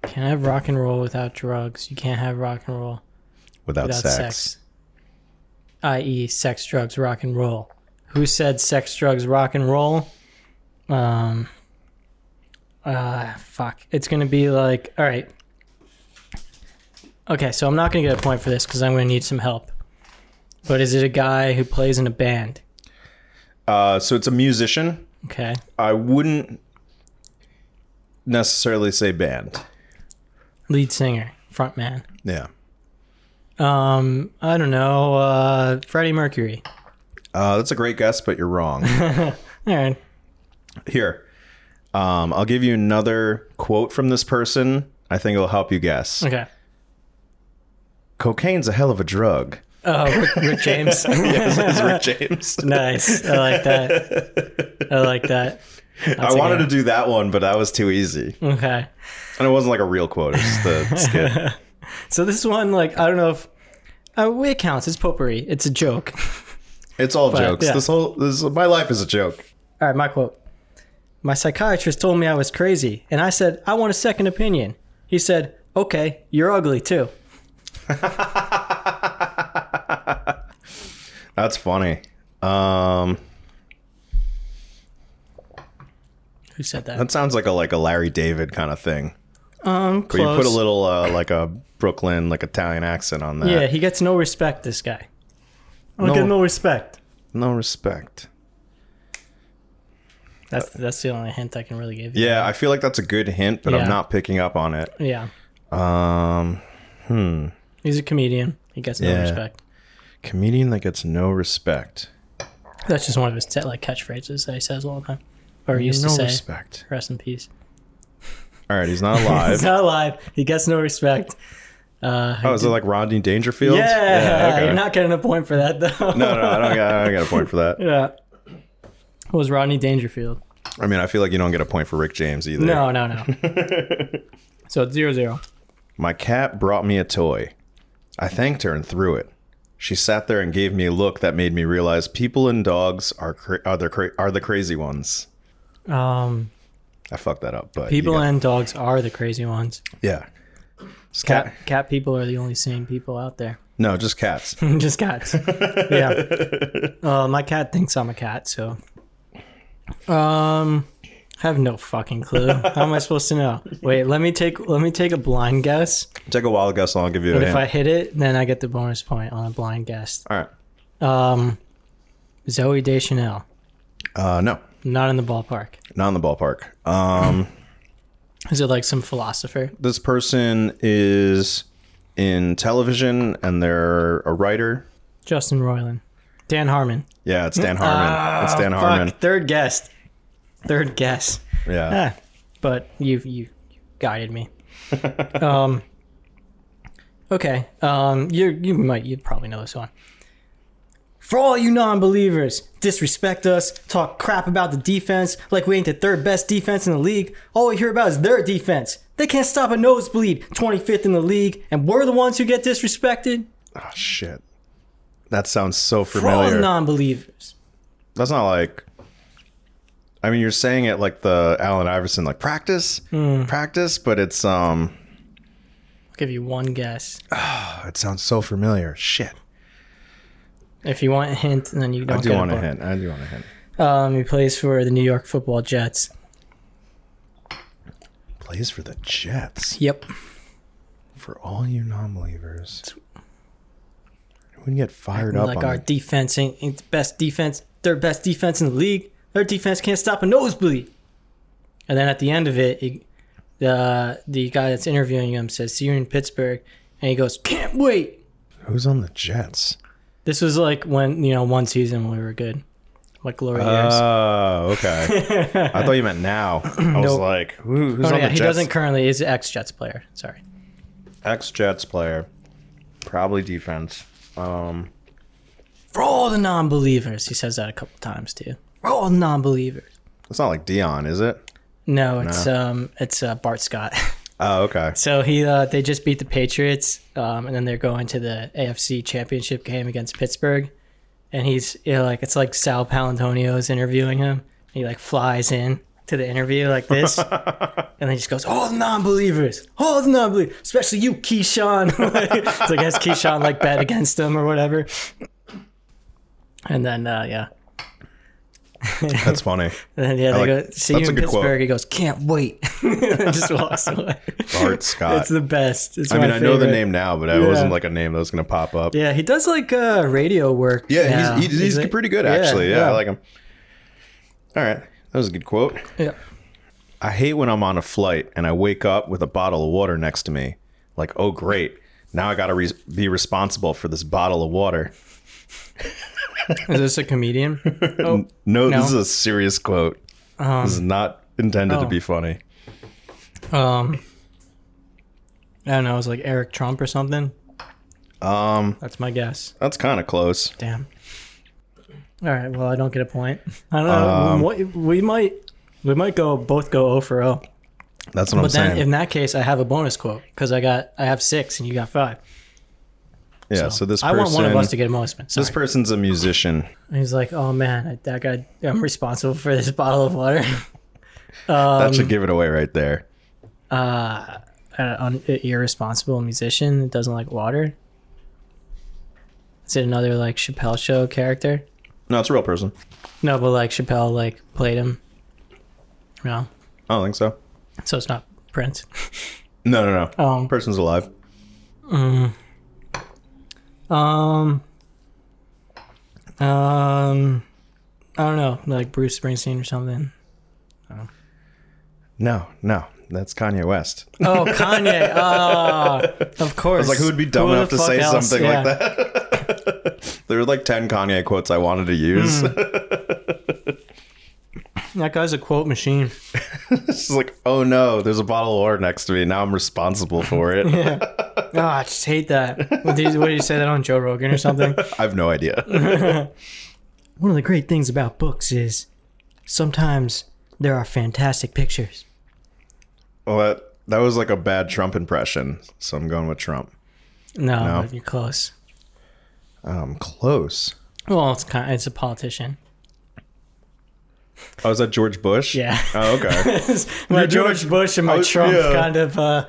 Speaker 1: can't have rock and roll without drugs you can't have rock and roll
Speaker 2: Without,
Speaker 1: without
Speaker 2: sex.
Speaker 1: sex i.e sex drugs rock and roll who said sex drugs rock and roll um uh fuck it's gonna be like all right okay so i'm not gonna get a point for this because i'm gonna need some help but is it a guy who plays in a band
Speaker 2: Uh, so it's a musician.
Speaker 1: okay
Speaker 2: I wouldn't necessarily say band.
Speaker 1: lead singer front man
Speaker 2: Yeah.
Speaker 1: um i don't know uh freddie mercury
Speaker 2: Uh, that's a great guess, but you're wrong.
Speaker 1: all right
Speaker 2: Here, um, I'll give you another quote from this person. I think it'll help you guess.
Speaker 1: okay
Speaker 2: Cocaine's a hell of a drug.
Speaker 1: oh rick, rick james
Speaker 2: yes, it's Rick James.
Speaker 1: Nice. I like that. I like that.
Speaker 2: I wanted to do that one, but that was too easy.
Speaker 1: Okay.
Speaker 2: And it wasn't like a real quote, it was just the skit.
Speaker 1: So this one, like, I don't know if uh, it counts. It's potpourri. It's a joke.
Speaker 2: It's all jokes.
Speaker 1: yeah.
Speaker 2: This whole this my life is a joke.
Speaker 1: All right, my quote. My psychiatrist told me I was crazy, and I said, I want a second opinion. He said, Okay, you're ugly too.
Speaker 2: That's funny. Um
Speaker 1: Who said that?
Speaker 2: that sounds like a like a Larry David kind of thing.
Speaker 1: um,
Speaker 2: But you
Speaker 1: close.
Speaker 2: put a little uh, like a Brooklyn like Italian accent on that.
Speaker 1: yeah, he gets no respect, this guy. I don't
Speaker 2: No.
Speaker 1: get no respect.
Speaker 2: No respect.
Speaker 1: That's
Speaker 2: Uh,
Speaker 1: that's the only hint I can really give you.
Speaker 2: Yeah, I feel like that's a good hint, but
Speaker 1: Yeah.
Speaker 2: I'm not picking up on it.
Speaker 1: Yeah.
Speaker 2: Um
Speaker 1: He's a comedian. He gets no
Speaker 2: Yeah.
Speaker 1: respect.
Speaker 2: comedian that gets no respect.
Speaker 1: That's just one of his te- like catchphrases that he says all the time. Or he used
Speaker 2: no
Speaker 1: to say,
Speaker 2: respect.
Speaker 1: rest in peace.
Speaker 2: All right, he's not
Speaker 1: He's
Speaker 2: alive.
Speaker 1: not alive. He gets no respect. Uh,
Speaker 2: oh, is it like Rodney Dangerfield?
Speaker 1: yeah,
Speaker 2: okay.
Speaker 1: you're not getting a point for that though.
Speaker 2: no, no, I don't, got, I don't get a point for that.
Speaker 1: Yeah. It was Rodney Dangerfield.
Speaker 2: I mean, I feel like you don't get a point for Rick James either.
Speaker 1: No, no, no. so it's zero zero.
Speaker 2: My cat brought me a toy. I thanked her and threw it. She sat there and gave me a look that made me realize people and dogs are cra- are the cra- are the crazy ones.
Speaker 1: Um,
Speaker 2: I fucked that up, but you
Speaker 1: people
Speaker 2: got-
Speaker 1: and dogs are the crazy ones.
Speaker 2: yeah, Just cat.
Speaker 1: Cat cat people are the only sane people out there.
Speaker 2: No, just cats.
Speaker 1: Just cats. yeah. Uh, my cat thinks I'm a cat, so. Um, I have no fucking clue. How am I supposed to know? Wait, let me take let me take a blind guess.
Speaker 2: Take a wild guess, and I'll give you a
Speaker 1: But if
Speaker 2: hint.
Speaker 1: I hit it, then I get the bonus point on a blind guess.
Speaker 2: All right.
Speaker 1: Um, Zoe Deschanel,
Speaker 2: Uh, no,
Speaker 1: not in the ballpark.
Speaker 2: not in the ballpark. Um,
Speaker 1: Is it like some philosopher?
Speaker 2: this person is in television, and they're a writer.
Speaker 1: Justin Roiland, Dan Harmon.
Speaker 2: Yeah, it's Dan Harmon. it's Dan
Speaker 1: Hmm? Ah, Fuck,
Speaker 2: Harmon.
Speaker 1: third guess, third guess.
Speaker 2: Yeah.
Speaker 1: Ah, but you you guided me. um, okay. Um, you you might you probably know this one. For all you non-believers, disrespect us, talk crap about the defense like we ain't the third best defense in the league. All we hear about is their defense. They can't stop a nosebleed, 25th in the league, and we're the ones who get disrespected.
Speaker 2: Oh shit. That sounds so
Speaker 1: For all
Speaker 2: familiar.
Speaker 1: non-believers.
Speaker 2: That's not like. I mean, you're saying it like the Allen Iverson, like practice,
Speaker 1: Hmm.
Speaker 2: practice, but it's um,
Speaker 1: I'll give you one guess.
Speaker 2: oh, it sounds so familiar. Shit,
Speaker 1: If you want a hint, then you don't.
Speaker 2: I do
Speaker 1: get
Speaker 2: want a
Speaker 1: point.
Speaker 2: hint. I do want a hint.
Speaker 1: Um, he plays for the New York Football Jets.
Speaker 2: Plays for the Jets.
Speaker 1: Yep.
Speaker 2: For all you non-believers, we can get fired up.
Speaker 1: Like
Speaker 2: on
Speaker 1: our
Speaker 2: it.
Speaker 1: defense ain't, ain't the best defense. Their best defense in the league. Their defense can't stop a nosebleed. And then at the end of it, he, the uh, the guy that's interviewing him says, "See you in Pittsburgh," and he goes, "Can't wait."
Speaker 2: Who's on the Jets?
Speaker 1: This was like when you know one season when we were good, like glory years.
Speaker 2: Oh, okay. I thought you meant now. I was
Speaker 1: Nope.
Speaker 2: like, who, who's
Speaker 1: Oh
Speaker 2: on
Speaker 1: yeah,
Speaker 2: the
Speaker 1: he
Speaker 2: Jets?
Speaker 1: doesn't currently. He's an ex-Jets player. Sorry.
Speaker 2: Ex Jets player, probably defense. Um,
Speaker 1: For all the non-believers, he says that a couple times too. For all the non-believers.
Speaker 2: it's not like Dion, is it?
Speaker 1: No, it's um, it's uh, Bart Scott.
Speaker 2: Oh, okay.
Speaker 1: So he uh, they just beat the Patriots, um, and then they're going to the AFC Championship game against Pittsburgh, and he's you know, like it's like Sal Palantonio is interviewing him. He like flies in to the interview like this, and then he just goes, "All the non-believers, all the non-believers, especially you, Keyshawn." so I guess Keyshawn like bet against him or whatever, and then uh, yeah,
Speaker 2: That's funny.
Speaker 1: and then yeah,
Speaker 2: I
Speaker 1: they
Speaker 2: like-
Speaker 1: go
Speaker 2: that's
Speaker 1: see you
Speaker 2: a
Speaker 1: in
Speaker 2: good
Speaker 1: Pittsburgh.
Speaker 2: quote.
Speaker 1: He goes, "Can't wait," and just walks away.
Speaker 2: Bart Scott.
Speaker 1: It's the best. It's
Speaker 2: I mean,
Speaker 1: my
Speaker 2: I know the
Speaker 1: favorite.
Speaker 2: name now, but it
Speaker 1: Yeah.
Speaker 2: wasn't like a name that was going to pop up.
Speaker 1: Yeah, he does like uh, radio work.
Speaker 2: Yeah,
Speaker 1: now.
Speaker 2: he's, he's, he's
Speaker 1: like-
Speaker 2: pretty good, actually. Yeah, I like him. All right. That was a good quote.
Speaker 1: Yeah.
Speaker 2: I hate when I'm on a flight and I wake up with a bottle of water next to me. Like, oh, great. Now I got to re- be responsible for this bottle of water.
Speaker 1: Is this a comedian? Oh,
Speaker 2: No,
Speaker 1: No. Um,
Speaker 2: this is a serious quote. this is not intended to
Speaker 1: oh.
Speaker 2: be funny.
Speaker 1: um, I don't know. It was like Eric Trump or something.
Speaker 2: Um,
Speaker 1: That's my guess.
Speaker 2: that's kind of close. Um,
Speaker 1: Damn. All right. Well, I don't get a point. I don't know. what, we might. We might go both go 0 for 0.
Speaker 2: That's what I'm
Speaker 1: But then
Speaker 2: saying.
Speaker 1: in that case, I have a bonus quote because I got I have six and you got five.
Speaker 2: yeah. So, this
Speaker 1: I
Speaker 2: person,
Speaker 1: want one of us to get a bonus. Sorry.
Speaker 2: this person's a musician.
Speaker 1: And he's like, "Oh man, I, that guy, I'm responsible for this bottle of water."
Speaker 2: that
Speaker 1: Um,
Speaker 2: should give it away right there.
Speaker 1: uh, un- irresponsible musician that doesn't like water. Is it another like Chappelle show character?
Speaker 2: No, it's a real person.
Speaker 1: No, but like Chappelle like played him. No,
Speaker 2: I don't think so.
Speaker 1: so it's not Prince.
Speaker 2: No, no, no.
Speaker 1: Um,
Speaker 2: Person's alive.
Speaker 1: um, um, I don't know, like Bruce Springsteen or something.
Speaker 2: No, no. That's Kanye West. I
Speaker 1: Oh, Kanye. Ah, of course.
Speaker 2: was like, who would be dumb
Speaker 1: Who the
Speaker 2: enough to
Speaker 1: fuck
Speaker 2: say
Speaker 1: else?
Speaker 2: something
Speaker 1: Yeah.
Speaker 2: like that? there were like 10 Kanye quotes I wanted to use.
Speaker 1: Hmm. That guy's a quote machine.
Speaker 2: it's just like, oh no, there's a bottle of water next to me. Now I'm responsible for it.
Speaker 1: Oh, I just hate that. What did, what did you say that on Joe Rogan or something?
Speaker 2: I have no idea.
Speaker 1: One of the great things about books is sometimes there are fantastic pictures.
Speaker 2: well, that, that was like a bad Trump impression. So I'm going with Trump.
Speaker 1: No,
Speaker 2: No.
Speaker 1: but you're close.
Speaker 2: Um, close.
Speaker 1: Well, it's kind it's a politician.
Speaker 2: Oh, is that George Bush?
Speaker 1: Yeah.
Speaker 2: Oh, okay.
Speaker 1: my
Speaker 2: doing-
Speaker 1: George Bush and my
Speaker 2: I was-
Speaker 1: Trump
Speaker 2: yeah.
Speaker 1: kind of. Uh,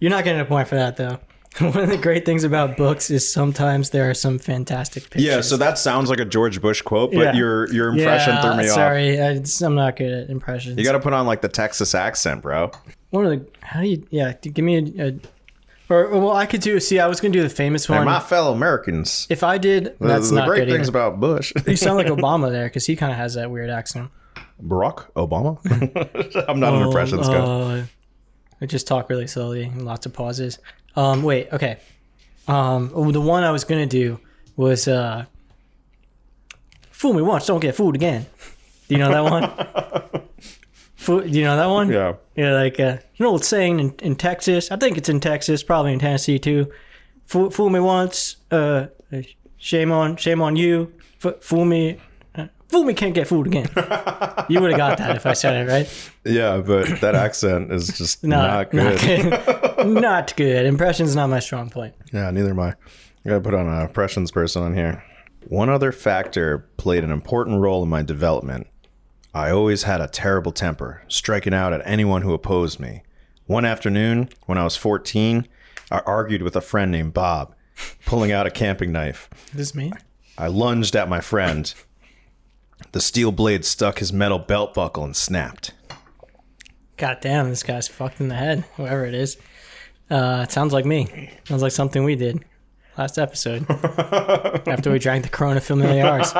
Speaker 1: you're not getting a point for that though. One of the great things about books is sometimes there are some fantastic pictures.
Speaker 2: yeah. So that sounds like a George Bush quote, but
Speaker 1: Yeah.
Speaker 2: your your impression
Speaker 1: Yeah,
Speaker 2: threw me off.
Speaker 1: sorry, I, am not good at impressions.
Speaker 2: You got to put on like the Texas accent, bro.
Speaker 1: one of the how do you yeah d- give me a, a or well I could do see I was gonna do the famous
Speaker 2: Hey,
Speaker 1: one
Speaker 2: my fellow Americans.
Speaker 1: if I did
Speaker 2: The-
Speaker 1: that's
Speaker 2: the
Speaker 1: not
Speaker 2: great
Speaker 1: good
Speaker 2: things
Speaker 1: either.
Speaker 2: about Bush.
Speaker 1: you sound like Obama there because he kind of has that weird accent
Speaker 2: Barack Obama. I'm not an impressions
Speaker 1: Um,
Speaker 2: guy.
Speaker 1: uh, I just talk really slowly and lots of pauses um wait okay um oh, the one I was gonna do was uh fool me once don't get fooled again do you know that one fool do you know that one
Speaker 2: Yeah.
Speaker 1: Yeah, like uh, an old saying in, in Texas. I think it's in Texas, probably in Tennessee too. Fool, fool me once, uh, shame on shame on you. F- fool me, uh, fool me can't get fooled again. you would have got that if I said it right.
Speaker 2: Yeah, but that accent is just
Speaker 1: No,
Speaker 2: not good.
Speaker 1: Not good. Not good. Impression's not my strong point.
Speaker 2: Yeah, neither am I. I gotta put on a impressions person on here. One other factor played an important role in my development. I always had a terrible temper, striking out at anyone who opposed me. One afternoon, when I was 14, I argued with a friend named Bob, pulling out a camping knife.
Speaker 1: This me?
Speaker 2: I lunged at my friend. The steel blade stuck his metal belt buckle and snapped.
Speaker 1: God damn, this guy's fucked in the head. Whoever it is, uh, it sounds like me. Sounds like something we did last episode after we drank the Corona Familiaris.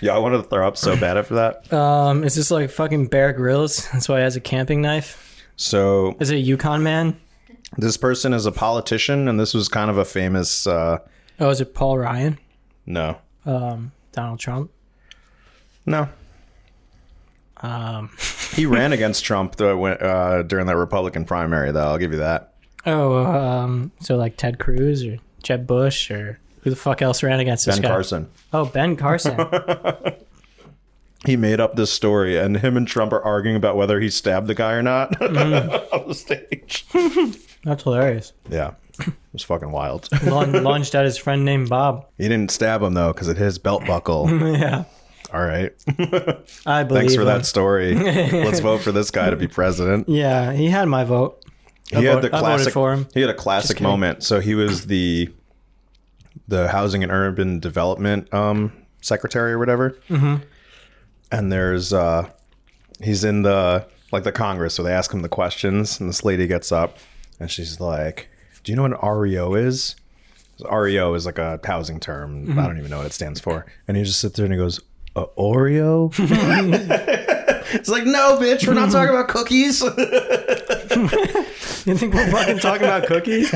Speaker 2: Yeah, I wanted to throw up so bad after that.
Speaker 1: Um, is this like fucking Bear Grylls? That's why he has a camping knife.
Speaker 2: So
Speaker 1: Is it a Yukon man?
Speaker 2: this person is a politician, and this was kind of a famous. Uh,
Speaker 1: Oh, is it Paul Ryan?
Speaker 2: no,
Speaker 1: Donald Trump?
Speaker 2: no. Um,
Speaker 1: Um,
Speaker 2: he ran against Trump though, when, uh, during that Republican primary, though. I'll give you that.
Speaker 1: Oh, um, so like Ted Cruz or Jeb Bush or who the fuck else ran against this
Speaker 2: Ben
Speaker 1: guy?
Speaker 2: Carson.
Speaker 1: Oh, Ben Carson.
Speaker 2: He made up this story, and him and Trump are arguing about whether he stabbed the guy or not
Speaker 1: Mm.
Speaker 2: on the stage.
Speaker 1: That's hilarious.
Speaker 2: Yeah, it was fucking wild.
Speaker 1: Lun- lunged at his friend named Bob.
Speaker 2: He didn't stab him though, because it hit his belt buckle.
Speaker 1: Yeah,
Speaker 2: All right.
Speaker 1: I believe.
Speaker 2: Thanks for
Speaker 1: him.
Speaker 2: that story. Let's vote for this guy to be president.
Speaker 1: Yeah, he had my vote.
Speaker 2: He had
Speaker 1: vote-
Speaker 2: the
Speaker 1: I voted
Speaker 2: classic.
Speaker 1: for him.
Speaker 2: He had a classic
Speaker 1: kidding.
Speaker 2: moment. So he was the the housing and urban development um, secretary or whatever.
Speaker 1: Mm-hmm.
Speaker 2: And there's uh, he's in the like the Congress, so they ask him the questions, and this lady gets up, and she's like, "Do you know what an REO is?" REO is like a housing term.
Speaker 1: Mm-hmm.
Speaker 2: I don't even know what it stands for. And he just sits there and he goes, a Oreo? it's like, no, bitch, we're not talking about cookies.
Speaker 1: You think we're fucking talking about cookies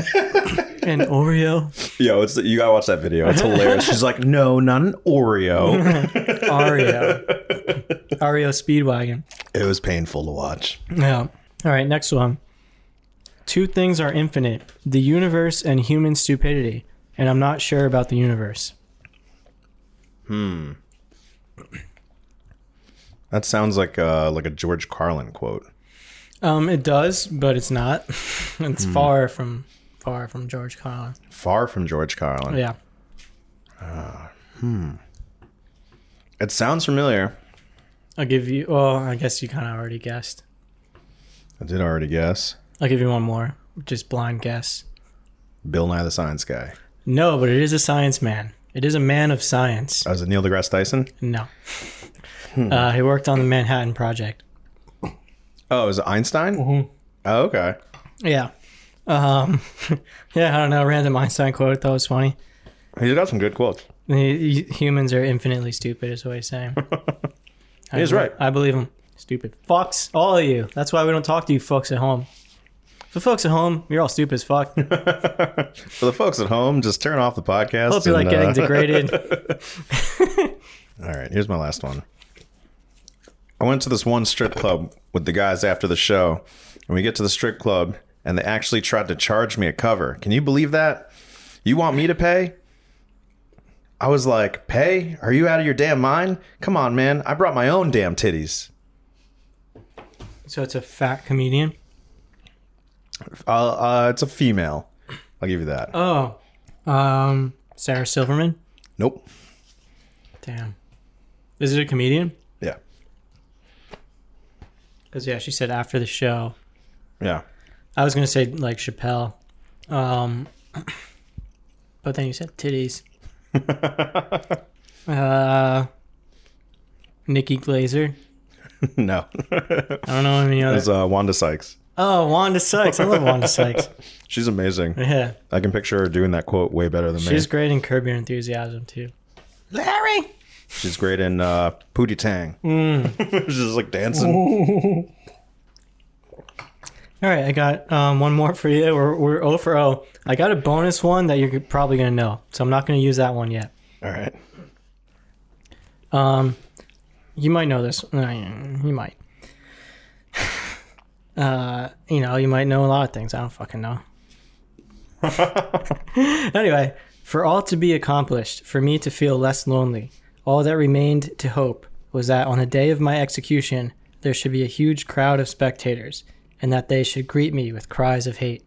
Speaker 1: and Oreo?
Speaker 2: Yo, it's you gotta watch that video. It's hilarious. She's like, no, not an Oreo.
Speaker 1: Oreo. Oreo Speedwagon.
Speaker 2: it was painful to watch.
Speaker 1: Yeah. All right, next one. Two things are infinite the universe and human stupidity. And I'm not sure about the universe.
Speaker 2: That sounds like a, like a George Carlin quote.
Speaker 1: Um, it does, but it's not. it's far from far from George Carlin.
Speaker 2: Far from George Carlin.
Speaker 1: Yeah.
Speaker 2: It sounds familiar.
Speaker 1: I'll give you. Well, I guess you kind of already guessed.
Speaker 2: I did already guess.
Speaker 1: I'll give you one more. Just blind guess.
Speaker 2: Bill Nye the Science Guy.
Speaker 1: No, but it is a science man. It is a man of science.
Speaker 2: Oh, is it Neil deGrasse Tyson?
Speaker 1: No. Uh, he worked on the Manhattan Project.
Speaker 2: Oh, is it Einstein?
Speaker 1: Mm-hmm.
Speaker 2: Oh, okay.
Speaker 1: Yeah. Um, yeah, I don't know. Random Einstein quote. That was funny.
Speaker 2: He's got some good quotes.
Speaker 1: He- he- Humans are infinitely stupid, is what he's saying. I
Speaker 2: He's
Speaker 1: be-
Speaker 2: right.
Speaker 1: I believe him. Stupid fucks, all of you. That's why we don't talk to you folks at home. The folks at home, you're all stupid as fuck.
Speaker 2: For the folks at home, just turn off the podcast.
Speaker 1: Hope you
Speaker 2: and,
Speaker 1: like getting
Speaker 2: uh,
Speaker 1: degraded.
Speaker 2: All right, here's my last one. I went to this one strip club with the guys after the show, and we get to the strip club, and they actually tried to charge me a cover. Can you believe that? You want me to pay? I was like, pay? Are you out of your damn mind? Come on, man. I brought my own damn titties.
Speaker 1: so it's a fat comedian.
Speaker 2: Uh, uh, it's a female. I'll give you that.
Speaker 1: Oh, um, Sarah Silverman.
Speaker 2: nope.
Speaker 1: Damn. Is it a comedian?
Speaker 2: Yeah.
Speaker 1: Because yeah, she said after the show.
Speaker 2: Yeah.
Speaker 1: I was gonna say like Chappelle, um, but then you said titties. uh, Nikki Glazer.
Speaker 2: no. it
Speaker 1: I don't know any other.
Speaker 2: was uh, Wanda Sykes.
Speaker 1: oh, Wanda Sykes. I love Wanda Sykes.
Speaker 2: She's amazing.
Speaker 1: Yeah,
Speaker 2: I can picture her doing that quote way better than me.
Speaker 1: she's great in Curb Your Enthusiasm too. Larry.
Speaker 2: She's great in uh, Pootie Tang.
Speaker 1: Mm.
Speaker 2: She's just like dancing.
Speaker 1: All right, I got um, one more for you. We're, we're 0 for 0. I got a bonus one that you're probably going to know, so I'm not going to use that one yet.
Speaker 2: All right.
Speaker 1: Um, you might know this. Uh, You might. Uh, you know, you might know a lot of things. I don't fucking know. anyway, for all to be accomplished, for me to feel less lonely, all that remained to hope was that on the day of my execution, there should be a huge crowd of spectators, and that they should greet me with cries of hate.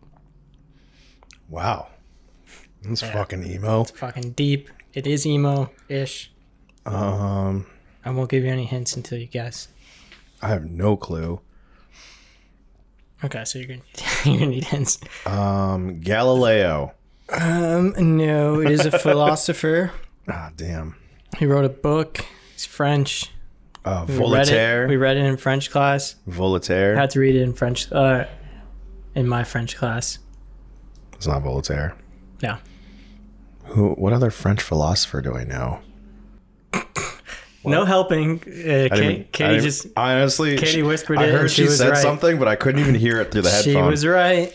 Speaker 2: Wow. That's fucking emo.
Speaker 1: Fucking deep. It is emo ish.
Speaker 2: Um,
Speaker 1: I won't give you any hints until you guess.
Speaker 2: I have no clue.
Speaker 1: Okay, so you're gonna you're gonna need hints.
Speaker 2: Um, Galileo.
Speaker 1: Um, no, it is a philosopher.
Speaker 2: Ah, damn.
Speaker 1: He wrote a book. He's French.
Speaker 2: Uh,
Speaker 1: We read,
Speaker 2: Voltaire. Mm.
Speaker 1: it, we read it in French class. I
Speaker 2: Voltaire.
Speaker 1: had to read it in French. Uh, in my French class.
Speaker 2: It's not Voltaire.
Speaker 1: No,
Speaker 2: Who? What other French philosopher do I know?
Speaker 1: no helping.
Speaker 2: I
Speaker 1: Uh,
Speaker 2: didn't
Speaker 1: Katie,
Speaker 2: even- I
Speaker 1: Katie
Speaker 2: didn't-
Speaker 1: just
Speaker 2: I honestly.
Speaker 1: Katie
Speaker 2: she-
Speaker 1: whispered
Speaker 2: I
Speaker 1: it
Speaker 2: heard
Speaker 1: and she was
Speaker 2: said
Speaker 1: right.
Speaker 2: something, but I couldn't even hear it through the
Speaker 1: she
Speaker 2: headphones.
Speaker 1: was right.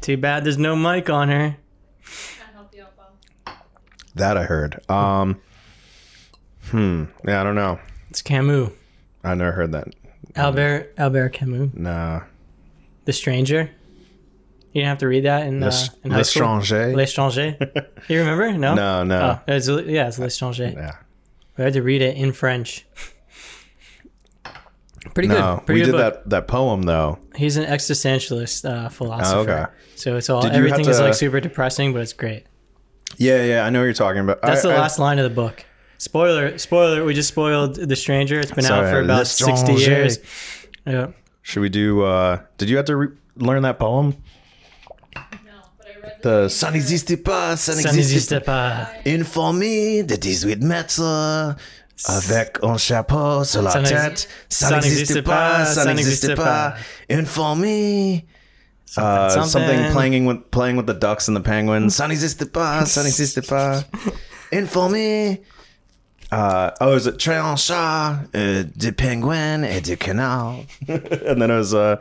Speaker 1: Too bad there's no mic on her.
Speaker 4: Can't help you out, Bob.
Speaker 2: That I heard. Um. Hmm. Yeah, I don't know.
Speaker 1: It's
Speaker 2: Mm.
Speaker 1: Camus,
Speaker 2: I never heard that.
Speaker 1: Albert Albert Camus,
Speaker 2: Nah.
Speaker 1: The Stranger. You didn't have to read that in uh,
Speaker 2: Lest-
Speaker 1: in high school.
Speaker 2: Lestranger.
Speaker 1: L'étranger. You remember? No.
Speaker 2: No, no.
Speaker 1: Oh, it's, yeah, it's L'étranger.
Speaker 2: Yeah.
Speaker 1: We had to read it in French. Pretty
Speaker 2: No,
Speaker 1: good. Pretty
Speaker 2: we
Speaker 1: good
Speaker 2: did
Speaker 1: book.
Speaker 2: that that poem though.
Speaker 1: He's an existentialist uh, philosopher.
Speaker 2: okay.
Speaker 1: So it's all
Speaker 2: Did you have
Speaker 1: everything is
Speaker 2: to-
Speaker 1: like super depressing, but it's great.
Speaker 2: Yeah, yeah, I know what you're talking about.
Speaker 1: That's
Speaker 2: I-
Speaker 1: the
Speaker 2: I-
Speaker 1: last line of the book. Spoiler, spoiler. We just spoiled The Stranger. It's been
Speaker 2: Sorry,
Speaker 1: out for about
Speaker 2: Les
Speaker 1: sixty
Speaker 2: Strangers.
Speaker 1: years. Yeah.
Speaker 2: Should we do? uh Did you have to re- learn that poem?
Speaker 4: No, but I read
Speaker 2: The ça n'existe pas, ça
Speaker 1: Ça n'existe
Speaker 2: n'existe
Speaker 1: pas.
Speaker 2: Informé de 18 mètres, avec un chapeau sur la
Speaker 1: Ça n'ex-
Speaker 2: tête. Ça
Speaker 1: ça
Speaker 2: n'existe
Speaker 1: n'existe
Speaker 2: pas,
Speaker 1: pas,
Speaker 2: ça
Speaker 1: ça
Speaker 2: n'existe
Speaker 1: n'existe
Speaker 2: pas.
Speaker 1: pas.
Speaker 2: Informé. Uh,
Speaker 1: Something,
Speaker 2: something.
Speaker 1: something.
Speaker 2: playing with playing with the ducks and the penguins. Ça n'existe pas, ça n'existe pas. Informé. Uh, oh, is it Tréanchat, uh, de penguin et du canal? and then it was uh,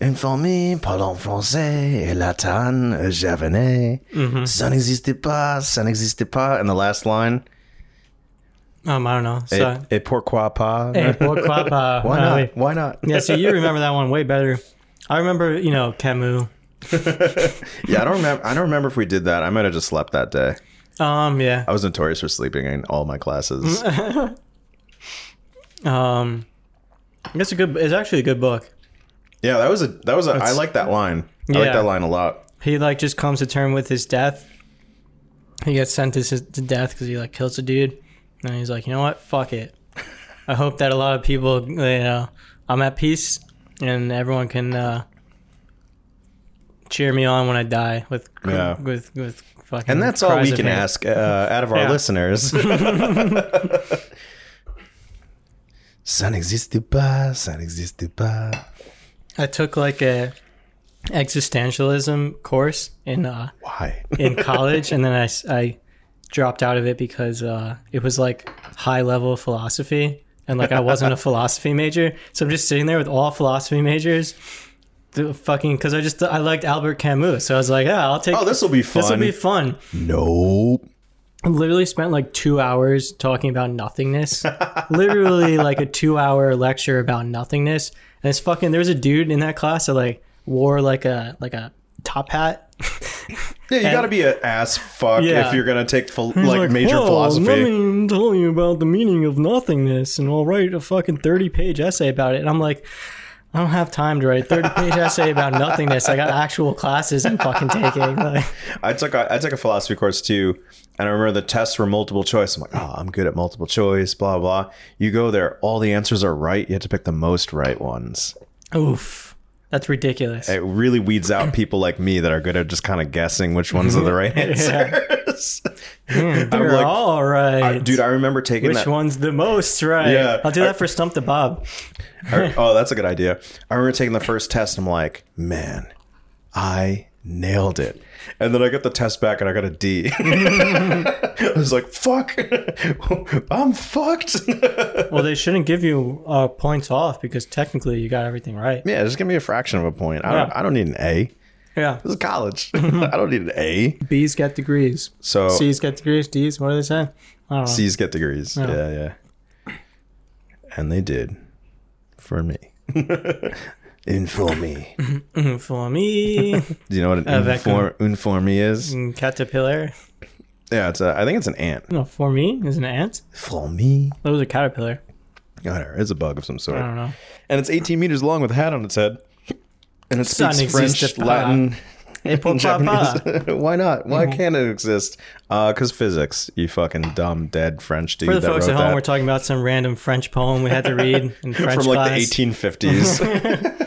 Speaker 2: Informé par l'enfrancais et la tanne euh, javanais.
Speaker 1: Mm-hmm.
Speaker 2: Ça n'existe pas, ça n'existe pas. And the last line,
Speaker 1: Um, I don't know.
Speaker 2: et,
Speaker 1: So,
Speaker 2: et pourquoi pas?
Speaker 1: hey, pourquoi pas?
Speaker 2: Why
Speaker 1: Uh,
Speaker 2: not?
Speaker 1: wait.
Speaker 2: Why not?
Speaker 1: Eh. Yeah. So you remember that one way better. I remember, you know, Camus.
Speaker 2: yeah, I don't remember. I don't remember if we did that. I might have just slept that day.
Speaker 1: Um. Yeah. Mm-hmm.
Speaker 2: I was notorious for sleeping in all my classes.
Speaker 1: Um, it's a good. It's actually a good book.
Speaker 2: Yeah, that was a that was a. I like that line. I like
Speaker 1: Yeah.
Speaker 2: that line a lot.
Speaker 1: He like just comes to term with his death. He gets sentenced to death because he like kills a dude, and he's like, you know what? Fuck it. I hope that a lot of people, you know, I'm at peace, and everyone can uh, cheer me on when I die with
Speaker 2: Yeah.
Speaker 1: with with fucking.
Speaker 2: And that's all
Speaker 1: cries
Speaker 2: we
Speaker 1: of
Speaker 2: can
Speaker 1: pain.
Speaker 2: ask uh, out of our
Speaker 1: Yeah.
Speaker 2: listeners. Ça n'existe pas, ça n'existe pas.
Speaker 1: I took like a existentialism course in uh,
Speaker 2: Why?
Speaker 1: in college, and then I, s- I dropped out of it because uh, it was like high level philosophy, and like I wasn't a philosophy major, so I'm just sitting there with all philosophy majors, the fucking because I just I liked Albert Camus, so I was like, yeah, I'll take
Speaker 2: oh, this will be
Speaker 1: this will
Speaker 2: fun.
Speaker 1: be fun.
Speaker 2: nope.
Speaker 1: I literally spent like two hours talking about nothingness, literally like a two hour lecture about nothingness, and it's fucking. There was a dude in that class that like wore like a like a top hat.
Speaker 2: Yeah, you got to be an ass fuck
Speaker 1: Yeah.
Speaker 2: if you're gonna take ph- like,
Speaker 1: He's
Speaker 2: major
Speaker 1: "Well,
Speaker 2: philosophy.
Speaker 1: Let me tell you about the meaning of nothingness, and I'll write a fucking thirty-page essay about it. And I'm like, I don't have time to write a thirty-page essay about nothingness. I got actual classes I'm fucking taking. Like,
Speaker 2: I took a, I took a philosophy course too, and I remember the tests were multiple choice. I'm like, oh, I'm good at multiple choice, blah blah. You go there, all the answers are right. You have to pick the most right ones.
Speaker 1: oof, that's ridiculous.
Speaker 2: It really weeds out people like me that are good at just kind of guessing which ones are the right answers.
Speaker 1: Hmm, They're
Speaker 2: like-
Speaker 1: all right,
Speaker 2: Dude, I remember taking
Speaker 1: Which
Speaker 2: that.
Speaker 1: one's the most right?
Speaker 2: Yeah.
Speaker 1: I'll do that
Speaker 2: I-
Speaker 1: for Stump the Bob.
Speaker 2: I- oh, that's a good idea. I remember taking the first test. And I'm like, man, I nailed it. And then I got the test back and I got a D. I was like, fuck, I'm fucked.
Speaker 1: Well, they shouldn't give you uh, points off because technically you got everything right.
Speaker 2: yeah, just give me a fraction of a point. I don't,
Speaker 1: Yeah.
Speaker 2: I don't need an A.
Speaker 1: Yeah.
Speaker 2: This is college. I don't need an A.
Speaker 1: B's get degrees.
Speaker 2: So C's,
Speaker 1: C's get degrees. D's, what do they say? I don't know.
Speaker 2: get degrees. Yeah. yeah, And they did for me. Inform me.
Speaker 1: For me,
Speaker 2: Do you know what an
Speaker 1: Uh, that Mm.
Speaker 2: inform, informi is?
Speaker 1: caterpillar.
Speaker 2: Yeah, it's a, I think it's an ant.
Speaker 1: No, for me is an ant.
Speaker 2: For me.
Speaker 1: That was a caterpillar.
Speaker 2: Whatever, it's a bug of some sort.
Speaker 1: I don't know.
Speaker 2: And it's 18 meters long with a hat on its head. And it
Speaker 1: Sun
Speaker 2: speaks
Speaker 1: exists
Speaker 2: French,
Speaker 1: upon-
Speaker 2: Latin,
Speaker 1: April
Speaker 2: Japanese.
Speaker 1: Papa. Mm-hmm.
Speaker 2: Why not? Why can't it exist? Because physics, you fucking dumb, dead French dude
Speaker 1: For the
Speaker 2: that
Speaker 1: folks
Speaker 2: wrote
Speaker 1: at home,
Speaker 2: that
Speaker 1: we're talking about some random French poem we had to read in French
Speaker 2: from like
Speaker 1: class.
Speaker 2: the 1850s.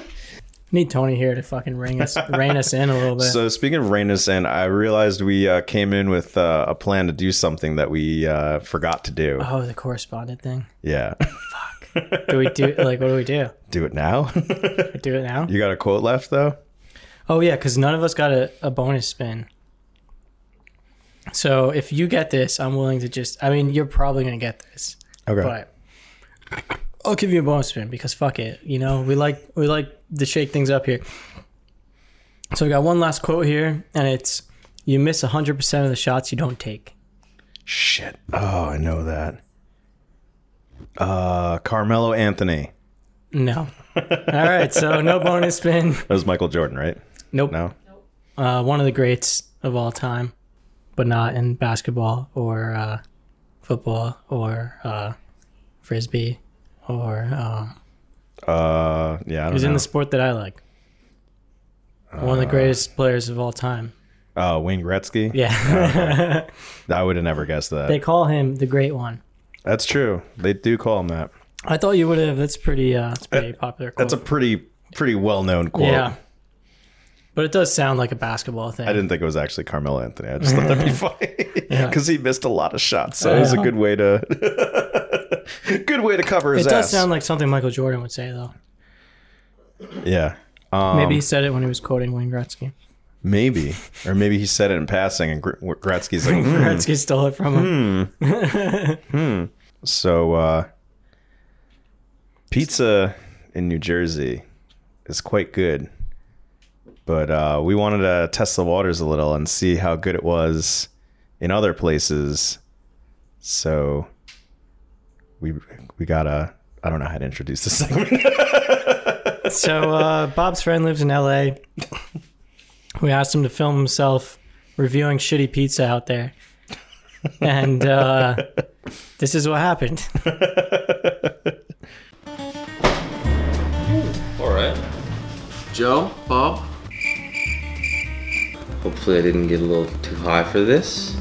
Speaker 1: Need Tony here to fucking ring us, rein us in a little bit.
Speaker 2: so speaking of Rainus, and I realized we uh, came in with uh, a plan to do something that we uh, forgot to do.
Speaker 1: oh, the correspondent thing.
Speaker 2: Yeah,
Speaker 1: Do we do like what do we do?
Speaker 2: do it now.
Speaker 1: Do it now?
Speaker 2: you got a quote left though.
Speaker 1: Oh yeah, because none of us got a, a bonus spin. So if you get this, I'm willing to just. I mean, you're probably gonna get this,
Speaker 2: Okay.
Speaker 1: but I'll give you a bonus spin because fuck it. You know, we like we like to shake things up here. So we got one last quote here, and it's: "You miss 100 percent of the shots you don't take."
Speaker 2: Shit. Oh, I know that. Uh, Carmelo Anthony.
Speaker 1: No. All right, so no bonus spin.
Speaker 2: That was Michael Jordan, right?
Speaker 1: Nope.
Speaker 2: No.
Speaker 1: Uh, one of the greats of all time, but not in basketball or uh, football or uh, frisbee or um,
Speaker 2: Uh, yeah. I
Speaker 1: he
Speaker 2: don't
Speaker 1: was in
Speaker 2: know.
Speaker 1: the sport that I like. one of the greatest players of all time.
Speaker 2: uh, Wayne Gretzky.
Speaker 1: Yeah,
Speaker 2: I would have never guessed that.
Speaker 1: they call him the Great One.
Speaker 2: That's true. They do call him that.
Speaker 1: I thought you would have. That's pretty. Uh, it's pretty popular. Quote.
Speaker 2: That's a pretty pretty well known quote.
Speaker 1: yeah. But it does sound like a basketball thing.
Speaker 2: I didn't think it was actually Carmelo Anthony. I just thought that'd be funny
Speaker 1: Yeah.
Speaker 2: because he missed a lot of shots, so it was a good way to good way to cover
Speaker 1: it
Speaker 2: his
Speaker 1: does
Speaker 2: ass.
Speaker 1: sound like something Michael Jordan would say, though.
Speaker 2: yeah, um,
Speaker 1: Maybe
Speaker 2: maybe
Speaker 1: he said it when he was quoting Wayne Gretzky.
Speaker 2: maybe or maybe he said it in passing, and Gr- Gretzky's like, "Hmm."
Speaker 1: Gretzky stole it from him.
Speaker 2: so uh, pizza in New Jersey is quite good, but uh, we wanted to test the waters a little and see how good it was in other places. So we we got a I don't know how to introduce this segment.
Speaker 1: so uh, Bob's friend lives in L.A. We asked him to film himself reviewing shitty pizza out there, and uh, this is what happened.
Speaker 5: Joe, Bob. Hopefully, I didn't get a little too high for this.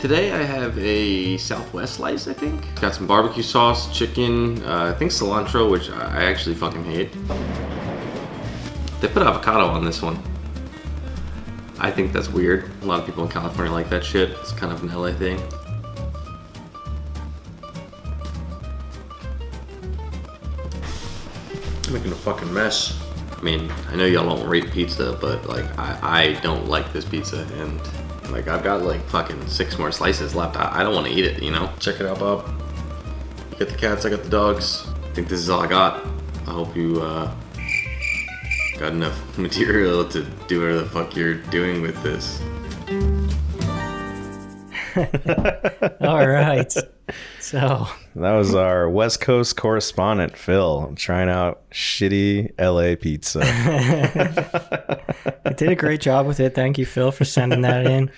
Speaker 5: Today, I have a Southwest slice, I think. It's got some barbecue sauce, chicken, uh, I think cilantro, which I I actually fucking hate. They put avocado on this one. I think that's weird. A lot of people in California like that shit. It's kind of an LA thing. I'm making a fucking mess. I mean, I know y'all don't rate pizza, but like, I, I don't like this pizza, and like, I've got like fucking six more slices left. I, I don't want to eat it, you know? Check it out, Bob. You got the cats, I got the dogs. I think this is all I got. I hope you, uh, got enough material to do whatever the fuck you're doing with this.
Speaker 1: All right. So
Speaker 2: That was our West Coast correspondent, Phil, trying out shitty LA pizza.
Speaker 1: I did a great job with it. Thank you, Phil, for sending that in.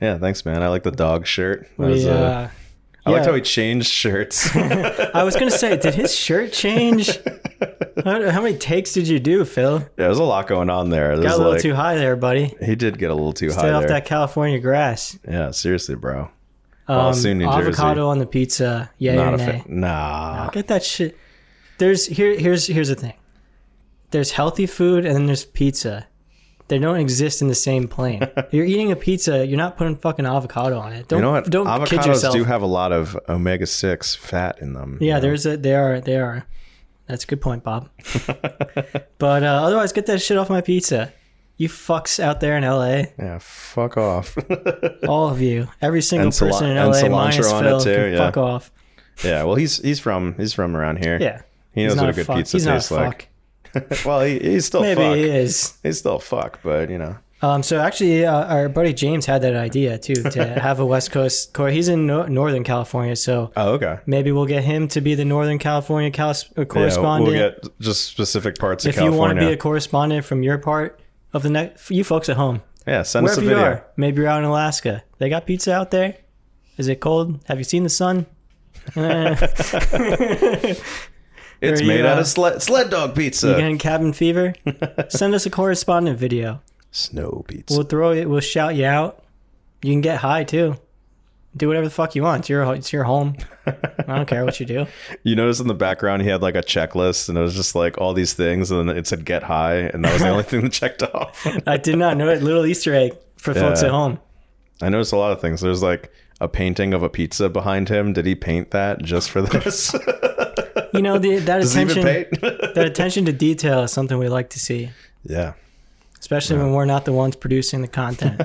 Speaker 2: yeah, thanks, man. I like the dog shirt. That was,
Speaker 1: We,
Speaker 2: uh,
Speaker 1: uh,
Speaker 2: I liked
Speaker 1: yeah.
Speaker 2: how he changed shirts.
Speaker 1: I was gonna say, did his shirt change? How, how many takes did you do, Phil?
Speaker 2: Yeah, there's a lot going on there.
Speaker 1: Got
Speaker 2: There's
Speaker 1: a little
Speaker 2: like-
Speaker 1: too high there, buddy.
Speaker 2: he did get a little too
Speaker 1: Stay
Speaker 2: high
Speaker 1: off
Speaker 2: there.
Speaker 1: that California grass.
Speaker 2: Yeah, seriously, bro.
Speaker 1: Um,
Speaker 2: Well, soon New Jersey.
Speaker 1: avocado on the pizza. Yeah
Speaker 2: Not
Speaker 1: or
Speaker 2: a
Speaker 1: nay?
Speaker 2: fa- nah.
Speaker 1: Get that shit. There's here. Here's here's the thing. There's healthy food and then there's pizza. They don't exist in the same plane. you're eating a pizza. You're not putting fucking avocado on it. Don't
Speaker 2: You know what?
Speaker 1: don't
Speaker 2: Avocados
Speaker 1: kid yourself.
Speaker 2: do have a lot of omega six fat in them. you
Speaker 1: yeah,
Speaker 2: know?
Speaker 1: there's a. They are. They are. That's a good point, Bob. but uh, otherwise, get that shit off my pizza. You fucks out there in LA,
Speaker 2: yeah. Fuck off.
Speaker 1: all of you, every single
Speaker 2: And cila-
Speaker 1: person in
Speaker 2: and
Speaker 1: LA,
Speaker 2: cilantro
Speaker 1: minus
Speaker 2: on it
Speaker 1: Phil,
Speaker 2: too,
Speaker 1: can
Speaker 2: yeah.
Speaker 1: fuck off.
Speaker 2: yeah. Well, he's he's from he's from around here.
Speaker 1: Yeah,
Speaker 2: He knows what a good
Speaker 1: fuck.
Speaker 2: pizza
Speaker 1: He's not a
Speaker 2: tastes
Speaker 1: fuck.
Speaker 2: like. well, he, he's still
Speaker 1: Maybe
Speaker 2: fuck.
Speaker 1: he is.
Speaker 2: He's still fuck, but you know.
Speaker 1: Um, so actually, uh, our buddy James had that idea too to have a West Coast core. He's in no- Northern California, so
Speaker 2: Oh, okay.
Speaker 1: maybe we'll get him to be the Northern California cal- uh,
Speaker 2: Yeah, we'll
Speaker 1: correspondent.
Speaker 2: get just specific parts of
Speaker 1: if you want
Speaker 2: California.
Speaker 1: to be a correspondent from your part of the next, you folks at home,
Speaker 2: yeah, send us a
Speaker 1: wherever you
Speaker 2: video.
Speaker 1: are, maybe you're out in Alaska. They got pizza out there. Is it cold? Have you seen the sun? Eh,
Speaker 2: It's
Speaker 1: Or you,
Speaker 2: made out
Speaker 1: uh,
Speaker 2: of sled, sled dog pizza.
Speaker 1: you getting cabin fever? Send us a correspondent video.
Speaker 2: Snow pizza.
Speaker 1: We'll throw it. We'll shout you out. You can get high too. Do whatever the fuck you want. It's your it's your home. I don't care what you do.
Speaker 2: You notice in the background he had like a checklist and it was just like all these things and then it said get high and that was the only thing that checked off.
Speaker 1: I did not know it. Little Easter egg for folks
Speaker 2: Yeah.
Speaker 1: at home.
Speaker 2: I noticed a lot of things. There's like a painting of a pizza behind him. Did he paint that just for this?
Speaker 1: You know the, that
Speaker 2: Does he even
Speaker 1: attention
Speaker 2: paint?
Speaker 1: that attention to detail is something we like to see,
Speaker 2: yeah.
Speaker 1: especially when we're not the ones producing the content.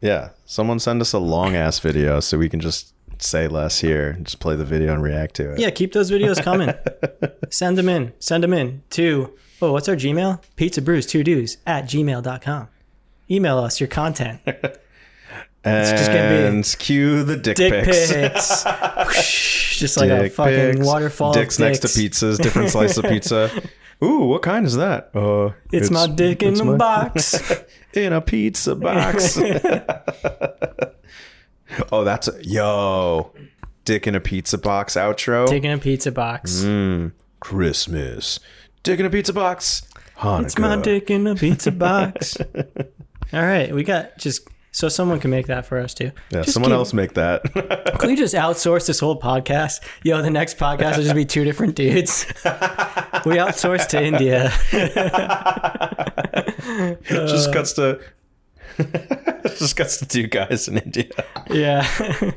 Speaker 2: Yeah. Someone send us a long ass video so we can just say less here and just play the video and react to it.
Speaker 1: yeah, keep those videos coming. Send them in. Send them in to oh, what's our Gmail? Pizza Brews Two Dudes at gmail.com. Email us your content.
Speaker 2: And
Speaker 1: just gonna be-
Speaker 2: cue the dick,
Speaker 1: Dick
Speaker 2: pics.
Speaker 1: pics. Whoosh, Just like a
Speaker 2: Dick
Speaker 1: fucking
Speaker 2: pics,
Speaker 1: waterfall. of
Speaker 2: Dicks next to
Speaker 1: dicks.
Speaker 2: pizzas, different slice of pizza. Ooh, what kind is that? Uh,
Speaker 1: It's, my dick in
Speaker 2: it's
Speaker 1: the
Speaker 2: my-
Speaker 1: box.
Speaker 2: in a pizza box. oh, that's a, yo, dick in a pizza box outro.
Speaker 1: Dick in a pizza box.
Speaker 2: Mm, Christmas, dick in a pizza box. Hanukkah.
Speaker 1: It's my dick in a pizza box. All right, we got just so someone can make that for us too.
Speaker 2: Yeah,
Speaker 1: Just
Speaker 2: someone
Speaker 1: keep-
Speaker 2: else make that.
Speaker 1: Can we just outsource this whole podcast? Yo, the next podcast will just be two different dudes. we outsourced to India. Uh.
Speaker 2: just cuts to. just cuts to two guys in India.
Speaker 1: Yeah,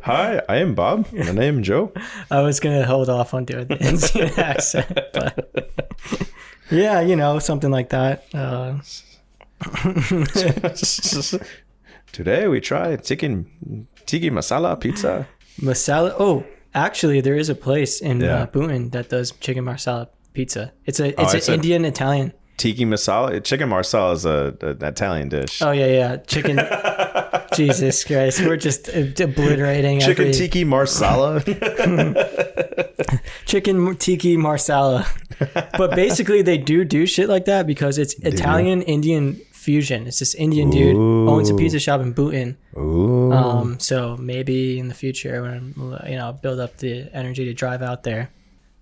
Speaker 2: Hi, I am Bob, and I am Joe.
Speaker 1: I was gonna hold off on doing the Indian accent, but yeah, you know, something like that. Uh,
Speaker 2: Today we try chicken tiki masala pizza.
Speaker 1: Masala. Oh, actually, there is a place in
Speaker 2: Yeah. Oh,
Speaker 1: uh, Boonton that does chicken marsala pizza. It's a
Speaker 2: I
Speaker 1: it's an
Speaker 2: said-
Speaker 1: Indian Italian.
Speaker 2: Tiki masala, chicken marsala is a, an Italian dish.
Speaker 1: Oh yeah, yeah, chicken. Jesus Christ, we're just ob- obliterating
Speaker 2: chicken
Speaker 1: every
Speaker 2: tiki marsala.
Speaker 1: chicken tiki marsala. but basically, they do do shit like that because it's Italian Indian fusion. It's this Indian dude owns a pizza shop in Booton.
Speaker 2: Ooh.
Speaker 1: Um, so maybe in the future when you know build up the energy to drive out there.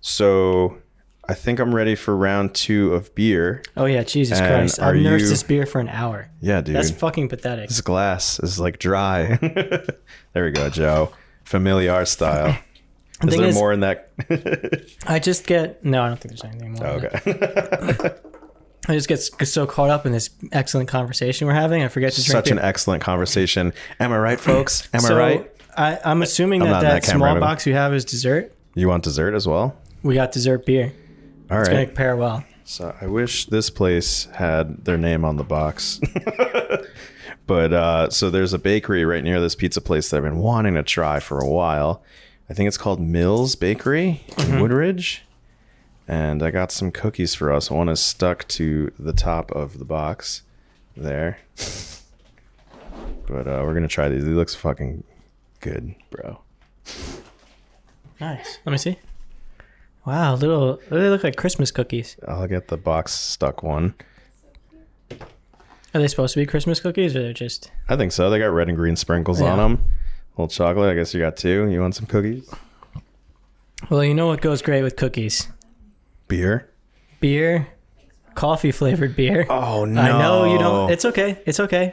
Speaker 2: So I think I'm ready for round two of beer.
Speaker 1: Oh yeah, Jesus
Speaker 2: And
Speaker 1: Christ!
Speaker 2: are
Speaker 1: I've nursed
Speaker 2: you-
Speaker 1: this beer for an hour.
Speaker 2: Yeah, dude.
Speaker 1: That's fucking pathetic.
Speaker 2: this glass is like dry. there we go, Joe. Familiar style.
Speaker 1: The
Speaker 2: Is
Speaker 1: thing
Speaker 2: there
Speaker 1: is,
Speaker 2: more in that?
Speaker 1: I just get no. I don't think there's anything
Speaker 2: Oh,
Speaker 1: more. in it.
Speaker 2: okay.
Speaker 1: I just get s- so caught up in this excellent conversation we're having, I forget to drink
Speaker 2: Such
Speaker 1: beer.
Speaker 2: an excellent conversation. Am I right, folks? Am I
Speaker 1: so
Speaker 2: right?
Speaker 1: I, I'm assuming
Speaker 2: I'm
Speaker 1: that
Speaker 2: not in
Speaker 1: that,
Speaker 2: that camera,
Speaker 1: small
Speaker 2: but-
Speaker 1: box you have is dessert.
Speaker 2: You want dessert as well?
Speaker 1: We got dessert beer.
Speaker 2: All right.
Speaker 1: It's gonna pair well.
Speaker 2: So I wish this place had their name on the box. but uh, so there's a bakery right near this pizza place that I've been wanting to try for a while. I think it's called Mills Bakery in Woodridge. And I got some cookies for us. One is stuck to the top of the box there. But uh, we're going to try these. These looks fucking good, bro.
Speaker 1: Nice. Let me see. Wow, little they look like Christmas cookies.
Speaker 2: I'll get the box stuck one.
Speaker 1: Are they supposed to be Christmas cookies, or they're just?
Speaker 2: I think so. They got red and green sprinkles on 'em.
Speaker 1: Yeah.
Speaker 2: on them. Little chocolate. I guess you got two. You want some cookies?
Speaker 1: Well, you know what goes great with cookies?
Speaker 2: Beer.
Speaker 1: Beer, coffee flavored beer.
Speaker 2: Oh no!
Speaker 1: I know you don't. It's okay. It's okay.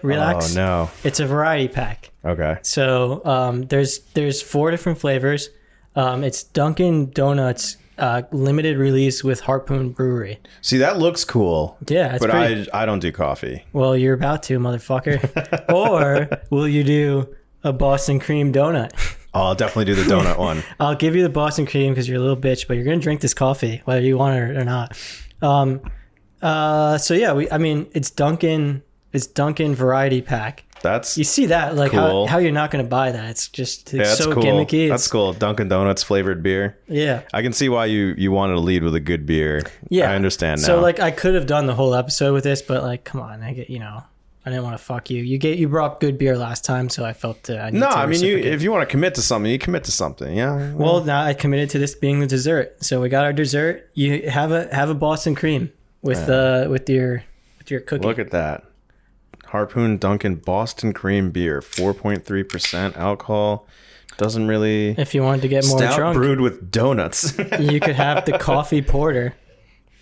Speaker 2: Oh
Speaker 1: Relax.
Speaker 2: no.
Speaker 1: It's a variety pack.
Speaker 2: Okay.
Speaker 1: So um, there's there's four different flavors. Um, it's Dunkin' Donuts uh, limited release with Harpoon Brewery.
Speaker 2: See, that looks cool.
Speaker 1: Yeah, it's
Speaker 2: but
Speaker 1: pretty.
Speaker 2: I I don't do coffee.
Speaker 1: Well, you're about to, motherfucker. or will you do a Boston cream donut?
Speaker 2: Oh, I'll definitely do the donut one.
Speaker 1: I'll give you the Boston cream because you're a little bitch, but you're gonna drink this coffee whether you want it or not. Um, uh, so yeah, we. I mean, it's Dunkin'. It's Dunkin' variety pack.
Speaker 2: That's
Speaker 1: You see that? Like
Speaker 2: Cool.
Speaker 1: how, how you're not gonna buy that? It's just it's
Speaker 2: yeah, that's
Speaker 1: so
Speaker 2: cool.
Speaker 1: gimmicky. It's,
Speaker 2: That's cool. Dunkin' Donuts flavored beer.
Speaker 1: Yeah.
Speaker 2: I can see why you you wanted to lead with a good beer.
Speaker 1: Yeah.
Speaker 2: I understand now.
Speaker 1: So like I could have done the whole episode with this, but like come on, I get you know I didn't want to fuck you. You get you brought up good beer last time, so I felt that I need
Speaker 2: no,
Speaker 1: to
Speaker 2: I mean you
Speaker 1: reciprocate.
Speaker 2: if you want to commit to something, you commit to something. Yeah.
Speaker 1: well now I committed to this being the dessert, so we got our dessert. You have a have a Boston cream with uh with your with your cookie.
Speaker 2: Look at that. Harpoon Dunkin' Boston Cream Beer, 4.3% alcohol. Doesn't really.
Speaker 1: if you wanted to get more
Speaker 2: Stout
Speaker 1: drunk,
Speaker 2: brewed with donuts.
Speaker 1: you could have the coffee porter,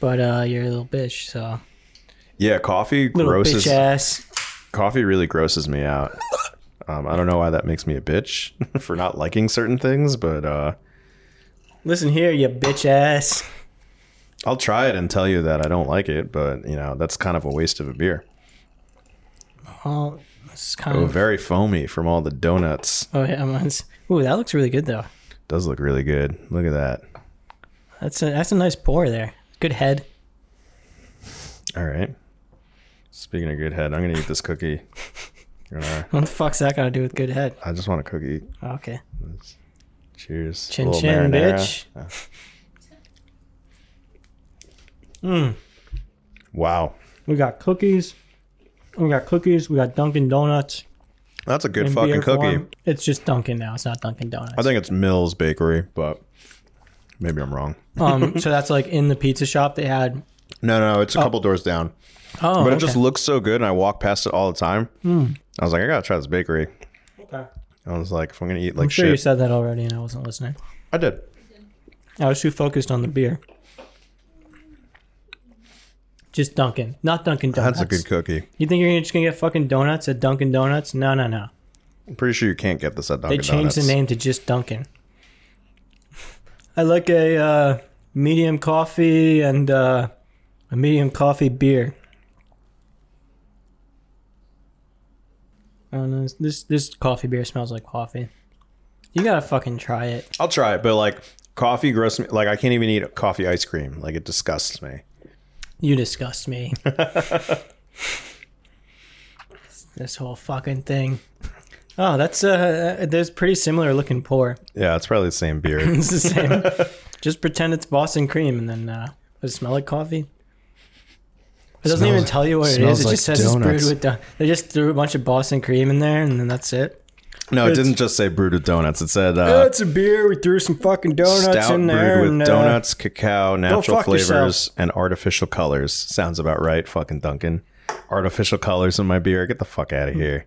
Speaker 1: but uh you're a little bitch, so
Speaker 2: yeah, coffee
Speaker 1: little
Speaker 2: grosses.
Speaker 1: bitch ass.
Speaker 2: Coffee really grosses me out. Um, I don't know why that makes me a bitch for not liking certain things, but uh,
Speaker 1: Listen here, you bitch ass.
Speaker 2: I'll try it and tell you that I don't like it. But you know, that's kind of a waste of a beer.
Speaker 1: Oh, this is kind
Speaker 2: Oh,
Speaker 1: of
Speaker 2: very foamy from all the donuts.
Speaker 1: oh yeah, mine's. Ooh, that looks really good though.
Speaker 2: Does look really good. Look at that.
Speaker 1: That's a that's a nice pour there. Good head.
Speaker 2: All right. Speaking of good head, I'm gonna eat this cookie. Uh,
Speaker 1: What the fuck's that got to do with good head?
Speaker 2: I just want a cookie.
Speaker 1: Okay.
Speaker 2: Cheers.
Speaker 1: Chin
Speaker 2: Little
Speaker 1: chin,
Speaker 2: marinara.
Speaker 1: bitch.
Speaker 2: Hmm. Wow,
Speaker 1: We got cookies. We got cookies. We got Dunkin' Donuts.
Speaker 2: that's a good
Speaker 1: in
Speaker 2: fucking
Speaker 1: beer
Speaker 2: cookie.
Speaker 1: form. It's just Dunkin' now. It's not Dunkin' Donuts.
Speaker 2: I think it's Mills Bakery, but maybe I'm wrong.
Speaker 1: um, so that's like in the pizza shop they had.
Speaker 2: No, no, it's a couple doors down.
Speaker 1: Oh,
Speaker 2: But it
Speaker 1: okay. Hmm.
Speaker 2: just looks so good, and I walk past it all the time. I was like, I gotta try this bakery.
Speaker 1: Okay.
Speaker 2: I was like, if I'm gonna eat like
Speaker 1: I'm sure you
Speaker 2: shit,
Speaker 1: said that already, and I wasn't listening.
Speaker 2: I did.
Speaker 1: I was too focused on the beer. Just Dunkin', not Dunkin' Donuts.
Speaker 2: That's a good cookie.
Speaker 1: You think you're just gonna get fucking donuts at Dunkin' Donuts? No, no, no.
Speaker 2: I'm pretty sure you can't get this at
Speaker 1: They
Speaker 2: Dunkin'
Speaker 1: changed the
Speaker 2: Donuts.
Speaker 1: name to just Dunkin'. I like a uh, medium coffee and uh, a medium coffee beer. I don't know. This this coffee beer smells like coffee. You gotta fucking try it.
Speaker 2: I'll try it, but like coffee grosses me. Like I can't even eat coffee ice cream. Like it disgusts me.
Speaker 1: You disgust me. this whole fucking thing. Oh, that's uh, there's pretty similar looking pour.
Speaker 2: Yeah, it's probably the same beer.
Speaker 1: It's the same. Just pretend it's Boston cream, and then uh, does it smell like coffee? It doesn't
Speaker 2: Smells-
Speaker 1: even tell you what it
Speaker 2: smells
Speaker 1: is. It
Speaker 2: like
Speaker 1: just says it's
Speaker 2: donuts.
Speaker 1: brewed with. Don- they just threw a bunch of Boston cream in there, and then that's it.
Speaker 2: no, it
Speaker 1: It's-
Speaker 2: didn't just say brewed with donuts. It said uh,
Speaker 1: Oh, a beer. We threw some fucking donuts
Speaker 2: stout brewed
Speaker 1: uh,
Speaker 2: with donuts, cacao, natural
Speaker 1: fuck yourself.
Speaker 2: flavors, and artificial colors. Sounds about right. Fucking Dunkin'. Artificial colors in my beer. Get the fuck out of here.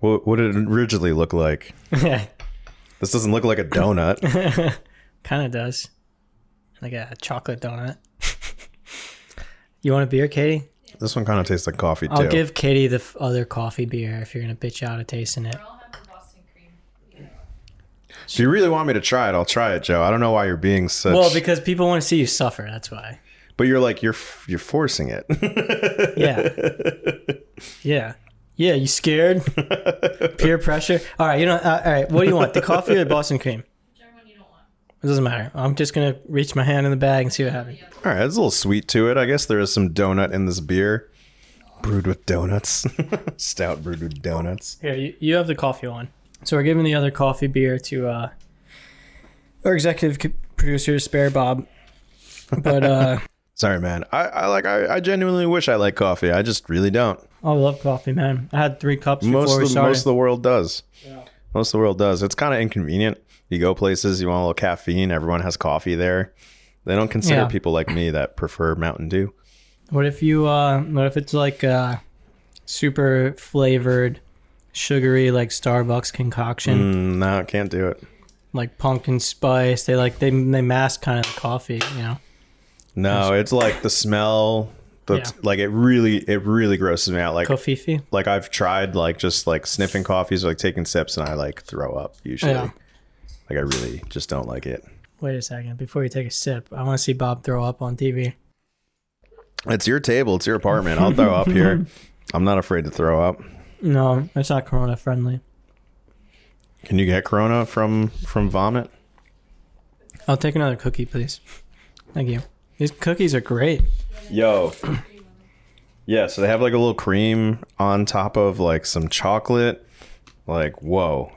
Speaker 2: What, what did it originally look like?
Speaker 1: yeah,
Speaker 2: This doesn't look like a donut.
Speaker 1: kind of does. like a chocolate donut. you want a beer, Katie?
Speaker 2: This one kind of tastes like coffee too.
Speaker 1: I'll give Katie the f- other coffee beer if you're gonna bitch out of tasting it.
Speaker 4: We're all having Boston cream. You know.
Speaker 2: if you really want me to try it, I'll try it, Joe. I don't know why you're being such.
Speaker 1: Well, because people want to see you suffer. That's why.
Speaker 2: but you're like you're f- you're forcing it.
Speaker 1: Yeah. yeah. Yeah. You scared? Peer pressure. All right. You know. Uh, all right. What do you want? The coffee or the Boston cream?
Speaker 4: Whichever one you don't want.
Speaker 1: It doesn't matter. I'm just gonna reach my hand in the bag and see what happens.
Speaker 2: All right, it's a little sweet to it. I guess there is some donut in this beer. Brewed with donuts. Stout brewed with donuts.
Speaker 1: Here, you, you have the coffee one. So we're giving the other coffee beer to uh, our executive co- producer, Spare Bob. But uh,
Speaker 2: Sorry, man. I, I like I, I genuinely wish I like coffee. I just really don't.
Speaker 1: I love coffee, man. I had three cups before
Speaker 2: Most
Speaker 1: we
Speaker 2: of, the,
Speaker 1: started.
Speaker 2: most of the world does. Most of the world does. It's kind of inconvenient. You go places, you want a little caffeine, everyone has coffee there. They don't consider
Speaker 1: Yeah.
Speaker 2: people like me that prefer Mountain Dew.
Speaker 1: What if you? Uh, what if it's like uh, super flavored, sugary, like Starbucks concoction,
Speaker 2: Mm, no, can't do it.
Speaker 1: like pumpkin spice? They like they they mask kind of the coffee, you know.
Speaker 2: No, it's like the smell. The
Speaker 1: Yeah.
Speaker 2: like it really it really grosses me out. Like
Speaker 1: Kofifi.
Speaker 2: like I've tried like just like sniffing coffees, like taking sips, and I like throw up usually.
Speaker 1: Yeah.
Speaker 2: Like I really just don't like it.
Speaker 1: Wait a second. Before you take a sip, I want to see Bob throw up on TV.
Speaker 2: It's your table, it's your apartment. I'll throw up here. I'm not afraid to throw up.
Speaker 1: No, it's not Corona friendly.
Speaker 2: Can you get corona from from vomit?
Speaker 1: I'll take another cookie, please. Thank you. These cookies are great.
Speaker 2: Yo. Yeah, so they have like a little cream on top of like some chocolate. Like, whoa.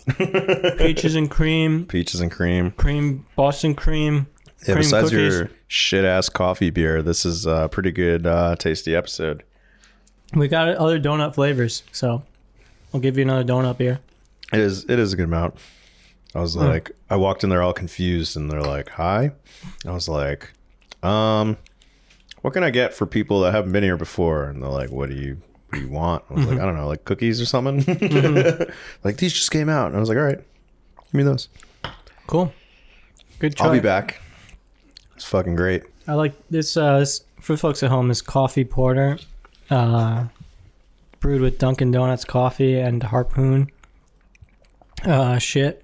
Speaker 1: Peaches and cream,
Speaker 2: Peaches and cream.
Speaker 1: cream, Boston cream.
Speaker 2: Yeah,
Speaker 1: Cream
Speaker 2: besides your
Speaker 1: cookies.
Speaker 2: shit ass coffee beer, this is a pretty good uh tasty episode.
Speaker 1: We got other donut flavors, so I'll give you another donut beer.
Speaker 2: It is it is a good amount. I was like I walked in there all confused and they're like, Hi. I was like, um, what can I get for people that haven't been here before? And they're like, What do you what do you want? I was like, I don't know, like cookies or something. like these just came out. And I was like, All right, give me those.
Speaker 1: Cool. Good try.
Speaker 2: I'll be back. It's fucking great.
Speaker 1: I like this. Uh, this for folks at home is coffee porter, uh, brewed with Dunkin' Donuts coffee and harpoon. Uh, shit.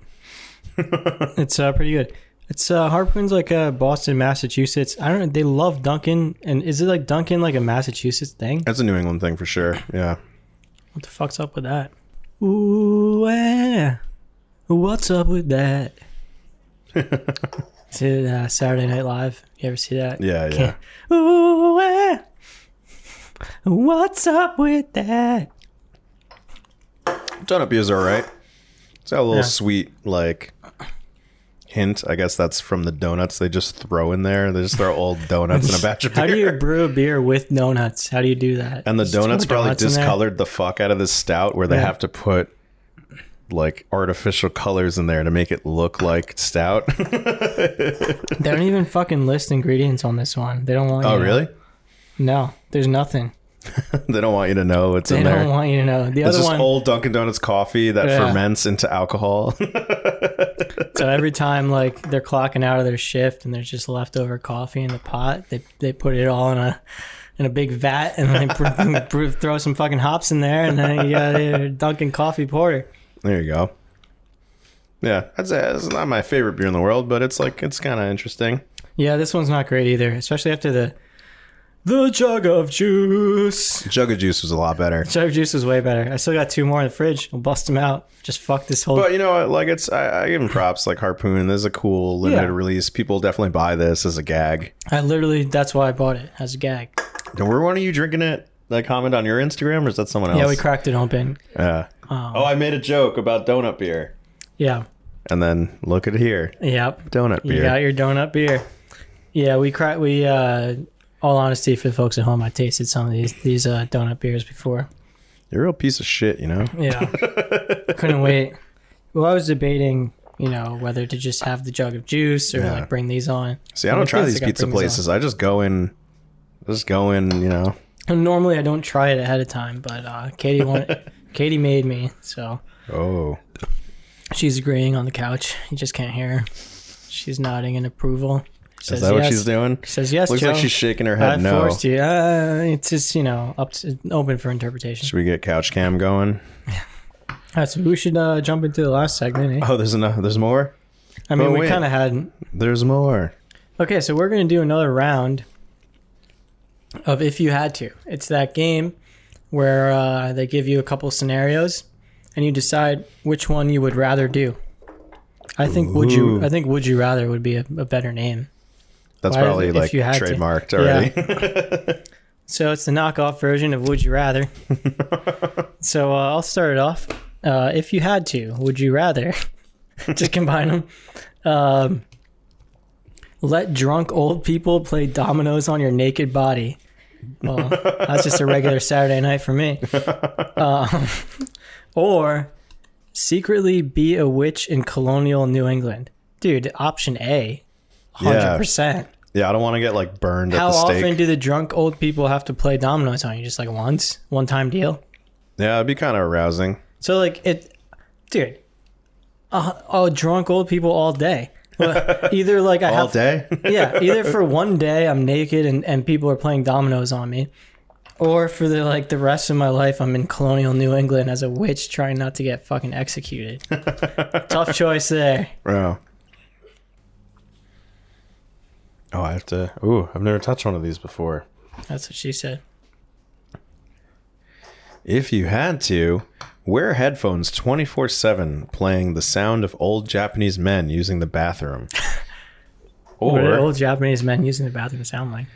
Speaker 1: it's uh, pretty good. It's uh, harpoon's like uh, Boston, Massachusetts. I don't know. They love Dunkin', and is it like Dunkin' like a Massachusetts thing?
Speaker 2: That's a New England thing for sure. Yeah.
Speaker 1: What the fuck's up with that? Ooh, eh. what's up with that? It's in uh, Saturday Night Live. You ever see that?
Speaker 2: Yeah, yeah.
Speaker 1: Ooh, eh. what's up with that?
Speaker 2: Donut beer's alright. It's got a little
Speaker 1: Yeah.
Speaker 2: sweet like hint. I guess that's from the donuts they just throw in there. They just throw old donuts in a batch of beer.
Speaker 1: How do you brew a beer with donuts? How do you do that?
Speaker 2: and the
Speaker 1: Just throw
Speaker 2: donuts probably
Speaker 1: donuts in there?
Speaker 2: discolored the fuck out of this stout where they
Speaker 1: Yeah.
Speaker 2: have to put like artificial colors in there to make it look like stout.
Speaker 1: They don't even fucking list ingredients on this one. They don't want. you
Speaker 2: oh,
Speaker 1: to-
Speaker 2: really?
Speaker 1: No, there's nothing.
Speaker 2: They don't want you to know it's
Speaker 1: They
Speaker 2: in there.
Speaker 1: don't want you to know. The
Speaker 2: it's
Speaker 1: other
Speaker 2: just
Speaker 1: one.
Speaker 2: old Dunkin' Donuts coffee that
Speaker 1: Yeah.
Speaker 2: ferments into alcohol.
Speaker 1: So every time like they're clocking out of their shift and there's just leftover coffee in the pot, they they put it all in a in a big vat and then they pr- pr- throw some fucking hops in there and then you got your Dunkin' coffee porter.
Speaker 2: there you go. Yeah, I'd say it's not my favorite beer in the world, but it's like it's kind of interesting.
Speaker 1: Yeah, this one's not great either, especially after the the jug of juice.
Speaker 2: Jug of juice was a lot better.
Speaker 1: Jug of juice was way better. I still got two more in the fridge. We'll bust them out. Just fuck this whole.
Speaker 2: But you know what? Like it's I, I give him props. Like Harpoon, this is a cool limited
Speaker 1: Yeah.
Speaker 2: release. People definitely buy this as a gag.
Speaker 1: I literally that's why I bought it as a gag.
Speaker 2: Now, were one of you drinking it? That comment on your Instagram, or is that someone else?
Speaker 1: Yeah, we cracked it open.
Speaker 2: Yeah. oh, I made a joke about donut beer,
Speaker 1: Yeah.
Speaker 2: and then look at here,
Speaker 1: Yep.
Speaker 2: donut
Speaker 1: You
Speaker 2: beer.
Speaker 1: got your donut beer. Yeah, we cry. We, uh, all honesty, for the folks at home, I tasted some of these these uh, donut beers before.
Speaker 2: You're a real piece of shit, you know.
Speaker 1: Yeah, couldn't wait. Well, I was debating, you know, whether to just have the jug of juice or
Speaker 2: Yeah.
Speaker 1: like bring these on.
Speaker 2: See, I don't
Speaker 1: It
Speaker 2: try
Speaker 1: feels
Speaker 2: these
Speaker 1: like I
Speaker 2: pizza
Speaker 1: bring these
Speaker 2: places. I just go in, I just go in, you know.
Speaker 1: And normally I don't try it ahead of time, but uh, Katie wanted, Katie made me, so
Speaker 2: Oh,
Speaker 1: she's agreeing on the couch. You just can't hear her. She's nodding in approval. Says
Speaker 2: Is that what
Speaker 1: yes.
Speaker 2: she's doing?
Speaker 1: Says yes.
Speaker 2: Looks
Speaker 1: Joe.
Speaker 2: like she's shaking her head
Speaker 1: I
Speaker 2: no.
Speaker 1: forced you. Uh, it's just you know up to, open for interpretation.
Speaker 2: Should we get couch cam going?
Speaker 1: All right, so we should uh, jump into the last segment. Eh?
Speaker 2: Oh, there's enough. There's more.
Speaker 1: I mean,
Speaker 2: but
Speaker 1: we
Speaker 2: wait.
Speaker 1: kind of had
Speaker 2: There's more.
Speaker 1: Okay, so we're going to do another round of if you had to. It's that game where uh, they give you a couple scenarios and you decide which one you would rather do. I think would you
Speaker 2: Ooh.
Speaker 1: I think would you rather would be a, a better name.
Speaker 2: That's
Speaker 1: Why,
Speaker 2: probably
Speaker 1: if
Speaker 2: like
Speaker 1: you had to.
Speaker 2: trademarked
Speaker 1: Yeah.
Speaker 2: already.
Speaker 1: So it's the knockoff version of would you rather. so uh, I'll start it off. Uh, if you had to, would you rather? Just combine them. Um, let drunk old people play dominoes on your naked body. Well, that's just a regular Saturday night for me. Um, or secretly be a witch in colonial New England. Dude, option A, 100%.
Speaker 2: yeah, I don't want to get like burned
Speaker 1: How
Speaker 2: at the stake.
Speaker 1: often do the drunk old people have to play dominoes on you? Just like once, one time deal.
Speaker 2: yeah, it'd be kind of arousing.
Speaker 1: So like it, dude. Uh, oh, drunk old people all day. Well, either like I
Speaker 2: All
Speaker 1: have,
Speaker 2: day?
Speaker 1: yeah. Either for one day I'm naked and and people are playing dominoes on me, or for the like the rest of my life I'm in colonial New England as a witch trying not to get fucking executed. Tough choice there.
Speaker 2: Wow. Oh, I have to. Ooh, I've never touched one of these before.
Speaker 1: That's what she said.
Speaker 2: If you had to, wear headphones 24 7 playing the sound of old Japanese men using the bathroom.
Speaker 1: What do
Speaker 2: or.
Speaker 1: old Japanese men using the bathroom sound like?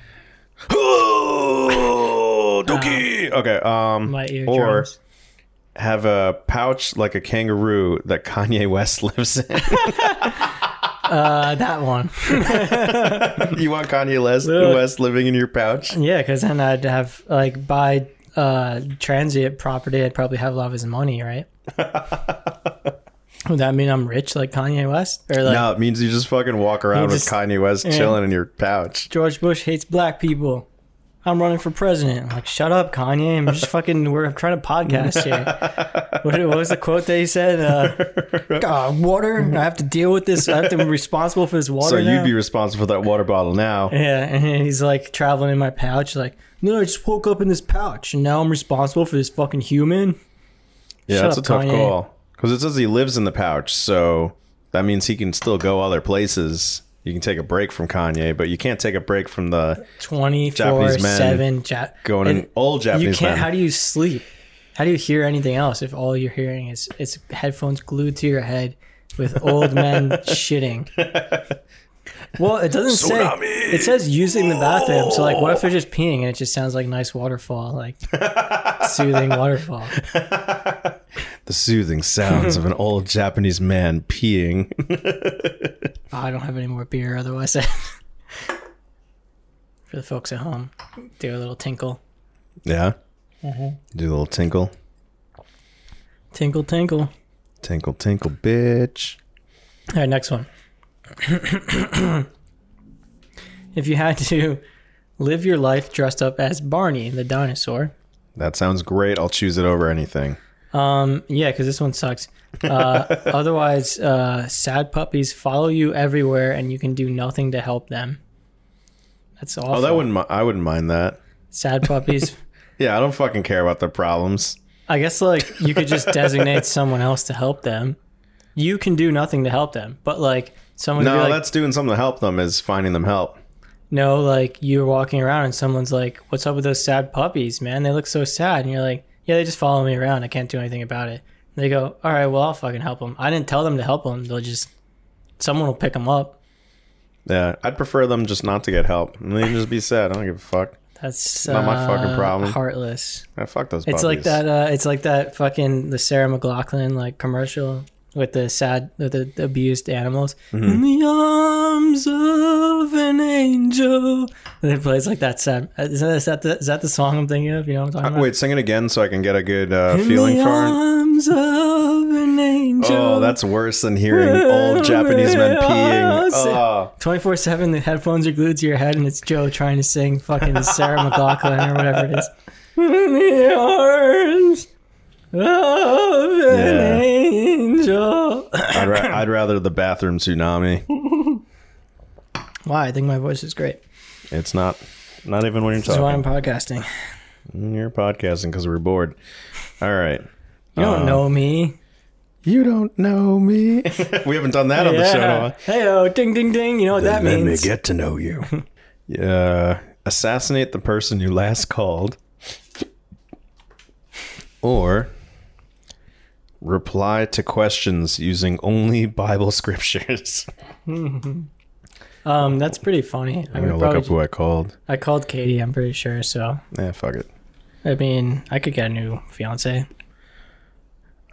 Speaker 2: Oh, Doki! Okay, um.
Speaker 1: Uh, My eardrums.
Speaker 2: or have a pouch like a kangaroo that Kanye West lives in.
Speaker 1: uh, that one.
Speaker 2: you want Kanye Les- West living in your pouch?
Speaker 1: Yeah, because then I'd have like buy uh transient property. I'd probably have a lot of his money, right? Would that mean I'm rich like Kanye West or like
Speaker 2: No, it means you just fucking walk around with
Speaker 1: just-
Speaker 2: Kanye West chilling in your pouch.
Speaker 1: George Bush hates black people? I'm running for president. I'm like, shut up, Kanye. I'm just fucking. We're trying to podcast here. What, what was the quote that he said? Uh, God, water. I have to deal with this. I have to be responsible for this
Speaker 2: So
Speaker 1: water.
Speaker 2: you'd
Speaker 1: now.
Speaker 2: be responsible for that water bottle now.
Speaker 1: Yeah, and he's like traveling in my pouch. Like, no, I just woke up in this pouch, and now I'm responsible for this fucking human.
Speaker 2: Yeah,
Speaker 1: Shut
Speaker 2: that's a
Speaker 1: up,
Speaker 2: tough
Speaker 1: Kanye.
Speaker 2: call. Because it says he lives in the pouch, so that means he can still go other places. You can take a break from Kanye, but you can't take a break from the
Speaker 1: 24
Speaker 2: men
Speaker 1: 7 ja-
Speaker 2: going
Speaker 1: and
Speaker 2: in old
Speaker 1: you
Speaker 2: Japanese
Speaker 1: can't
Speaker 2: men.
Speaker 1: how do you sleep how do you hear anything else if all you're hearing is it's headphones glued to your head with old men shitting well it doesn't say
Speaker 2: Tsunami!
Speaker 1: it says using the bathroom so like what if they're just peeing and it just sounds like nice waterfall like soothing waterfall
Speaker 2: the soothing sounds of an old Japanese man peeing.
Speaker 1: Oh, i don't have any more beer otherwise for the folks at home do a little tinkle
Speaker 2: yeah.
Speaker 1: Mm-hmm.
Speaker 2: Do a little tinkle.
Speaker 1: tinkle tinkle
Speaker 2: Tinkle, tinkle, bitch.
Speaker 1: All right, next one. if you had to live your life dressed up as Barney the dinosaur,
Speaker 2: That sounds great. I'll choose it over anything.
Speaker 1: um, yeah, because this one sucks. Uh, otherwise, uh, sad puppies follow you everywhere, and you can do nothing to help them. That's awful.
Speaker 2: Oh, that wouldn't. mi- I wouldn't mind that.
Speaker 1: sad puppies.
Speaker 2: Yeah, I don't fucking care about their problems.
Speaker 1: I guess like you could just designate someone else to help them. You can do nothing to help them, but like someone could
Speaker 2: No,
Speaker 1: be like,
Speaker 2: that's doing something to help them is finding them help.
Speaker 1: No, like you're walking around and someone's like, "What's up with those sad puppies, man? They look so sad." And you're like, "Yeah, they just follow me around. I can't do anything about it." And they go, "All right, well, I'll fucking help them. I didn't tell them to help them. They'll just someone will pick them up."
Speaker 2: Yeah, I'd prefer them just not to get help. And they can just be sad. I don't give a fuck.
Speaker 1: That's
Speaker 2: Not my
Speaker 1: uh,
Speaker 2: fucking problem.
Speaker 1: Heartless.
Speaker 2: Yeah, fuck those.
Speaker 1: It's like
Speaker 2: puppies.
Speaker 1: that. Uh, it's like that fucking the Sarah McLaughlin like commercial with the sad with the, the abused animals
Speaker 2: Mm-hmm.
Speaker 1: in the arms of an angel. And it plays like that sad. uh, Is that, is that the is that the song I'm thinking of? You know what I'm talking
Speaker 2: Uh,
Speaker 1: about?
Speaker 2: Wait, sing it again so I can get a good uh, feeling for it.
Speaker 1: arms of an angel.
Speaker 2: Oh, that's worse than hearing old Japanese men peeing. Oh,
Speaker 1: 24 7. The headphones are glued to your head, and it's Joe trying to sing fucking Sarah McLaughlin or whatever it is. In the arms of an
Speaker 2: Yeah.
Speaker 1: angel.
Speaker 2: I'd, ra- I'd rather the bathroom tsunami.
Speaker 1: Why? I think my voice is great.
Speaker 2: It's not not even when you're
Speaker 1: That's why I'm
Speaker 2: talking.
Speaker 1: podcasting.
Speaker 2: You're podcasting because we're bored. All right.
Speaker 1: You don't
Speaker 2: Um,
Speaker 1: know me.
Speaker 2: You don't know me. we haven't done that on the show. in a while.
Speaker 1: Hey, oh, ding, ding, ding. You know what that means?
Speaker 2: get to know you. yeah. Uh, Assassinate the person you last called. Or reply to questions using only Bible scriptures.
Speaker 1: um, that's pretty funny. I
Speaker 2: I'm gonna
Speaker 1: would
Speaker 2: look
Speaker 1: probably
Speaker 2: up who I called.
Speaker 1: I called Katie. I'm pretty sure. So
Speaker 2: Yeah, fuck it.
Speaker 1: I mean, I could get a new fiance.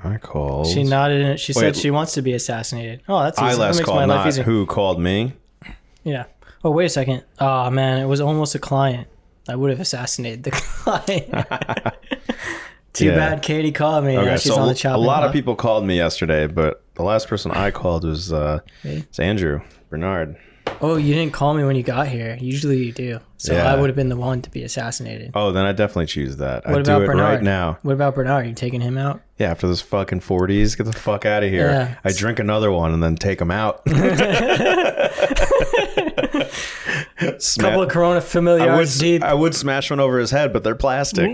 Speaker 2: I called.
Speaker 1: She nodded. And she
Speaker 2: Wait.
Speaker 1: said she wants to be assassinated. Oh, that's
Speaker 2: I
Speaker 1: easy. That
Speaker 2: last
Speaker 1: makes my
Speaker 2: called,
Speaker 1: life
Speaker 2: not
Speaker 1: easier.
Speaker 2: who called me.
Speaker 1: Yeah. Oh, wait a second. Oh man, it was almost a client. I would have assassinated the client. Too
Speaker 2: Yeah.
Speaker 1: bad Katie called me. now she's on the
Speaker 2: a
Speaker 1: chopping
Speaker 2: lot of
Speaker 1: block.
Speaker 2: people called me yesterday, but the last person I called was uh,
Speaker 1: Really?
Speaker 2: it's Andrew Bernard.
Speaker 1: Oh, you didn't call me when you got here. Usually you do. So
Speaker 2: Yeah.
Speaker 1: I would have been the one to be assassinated.
Speaker 2: Oh, then I definitely choose that. I
Speaker 1: What
Speaker 2: do
Speaker 1: about
Speaker 2: it
Speaker 1: Bernard?
Speaker 2: right now.
Speaker 1: What about Bernard? you taking him out?
Speaker 2: Yeah, after those fucking forties, get the fuck out of here.
Speaker 1: Yeah.
Speaker 2: I drink another one and then take them out. Sma-
Speaker 1: couple of Corona
Speaker 2: I
Speaker 1: familiars
Speaker 2: would,
Speaker 1: deep.
Speaker 2: I would smash one over his head, but they're plastic.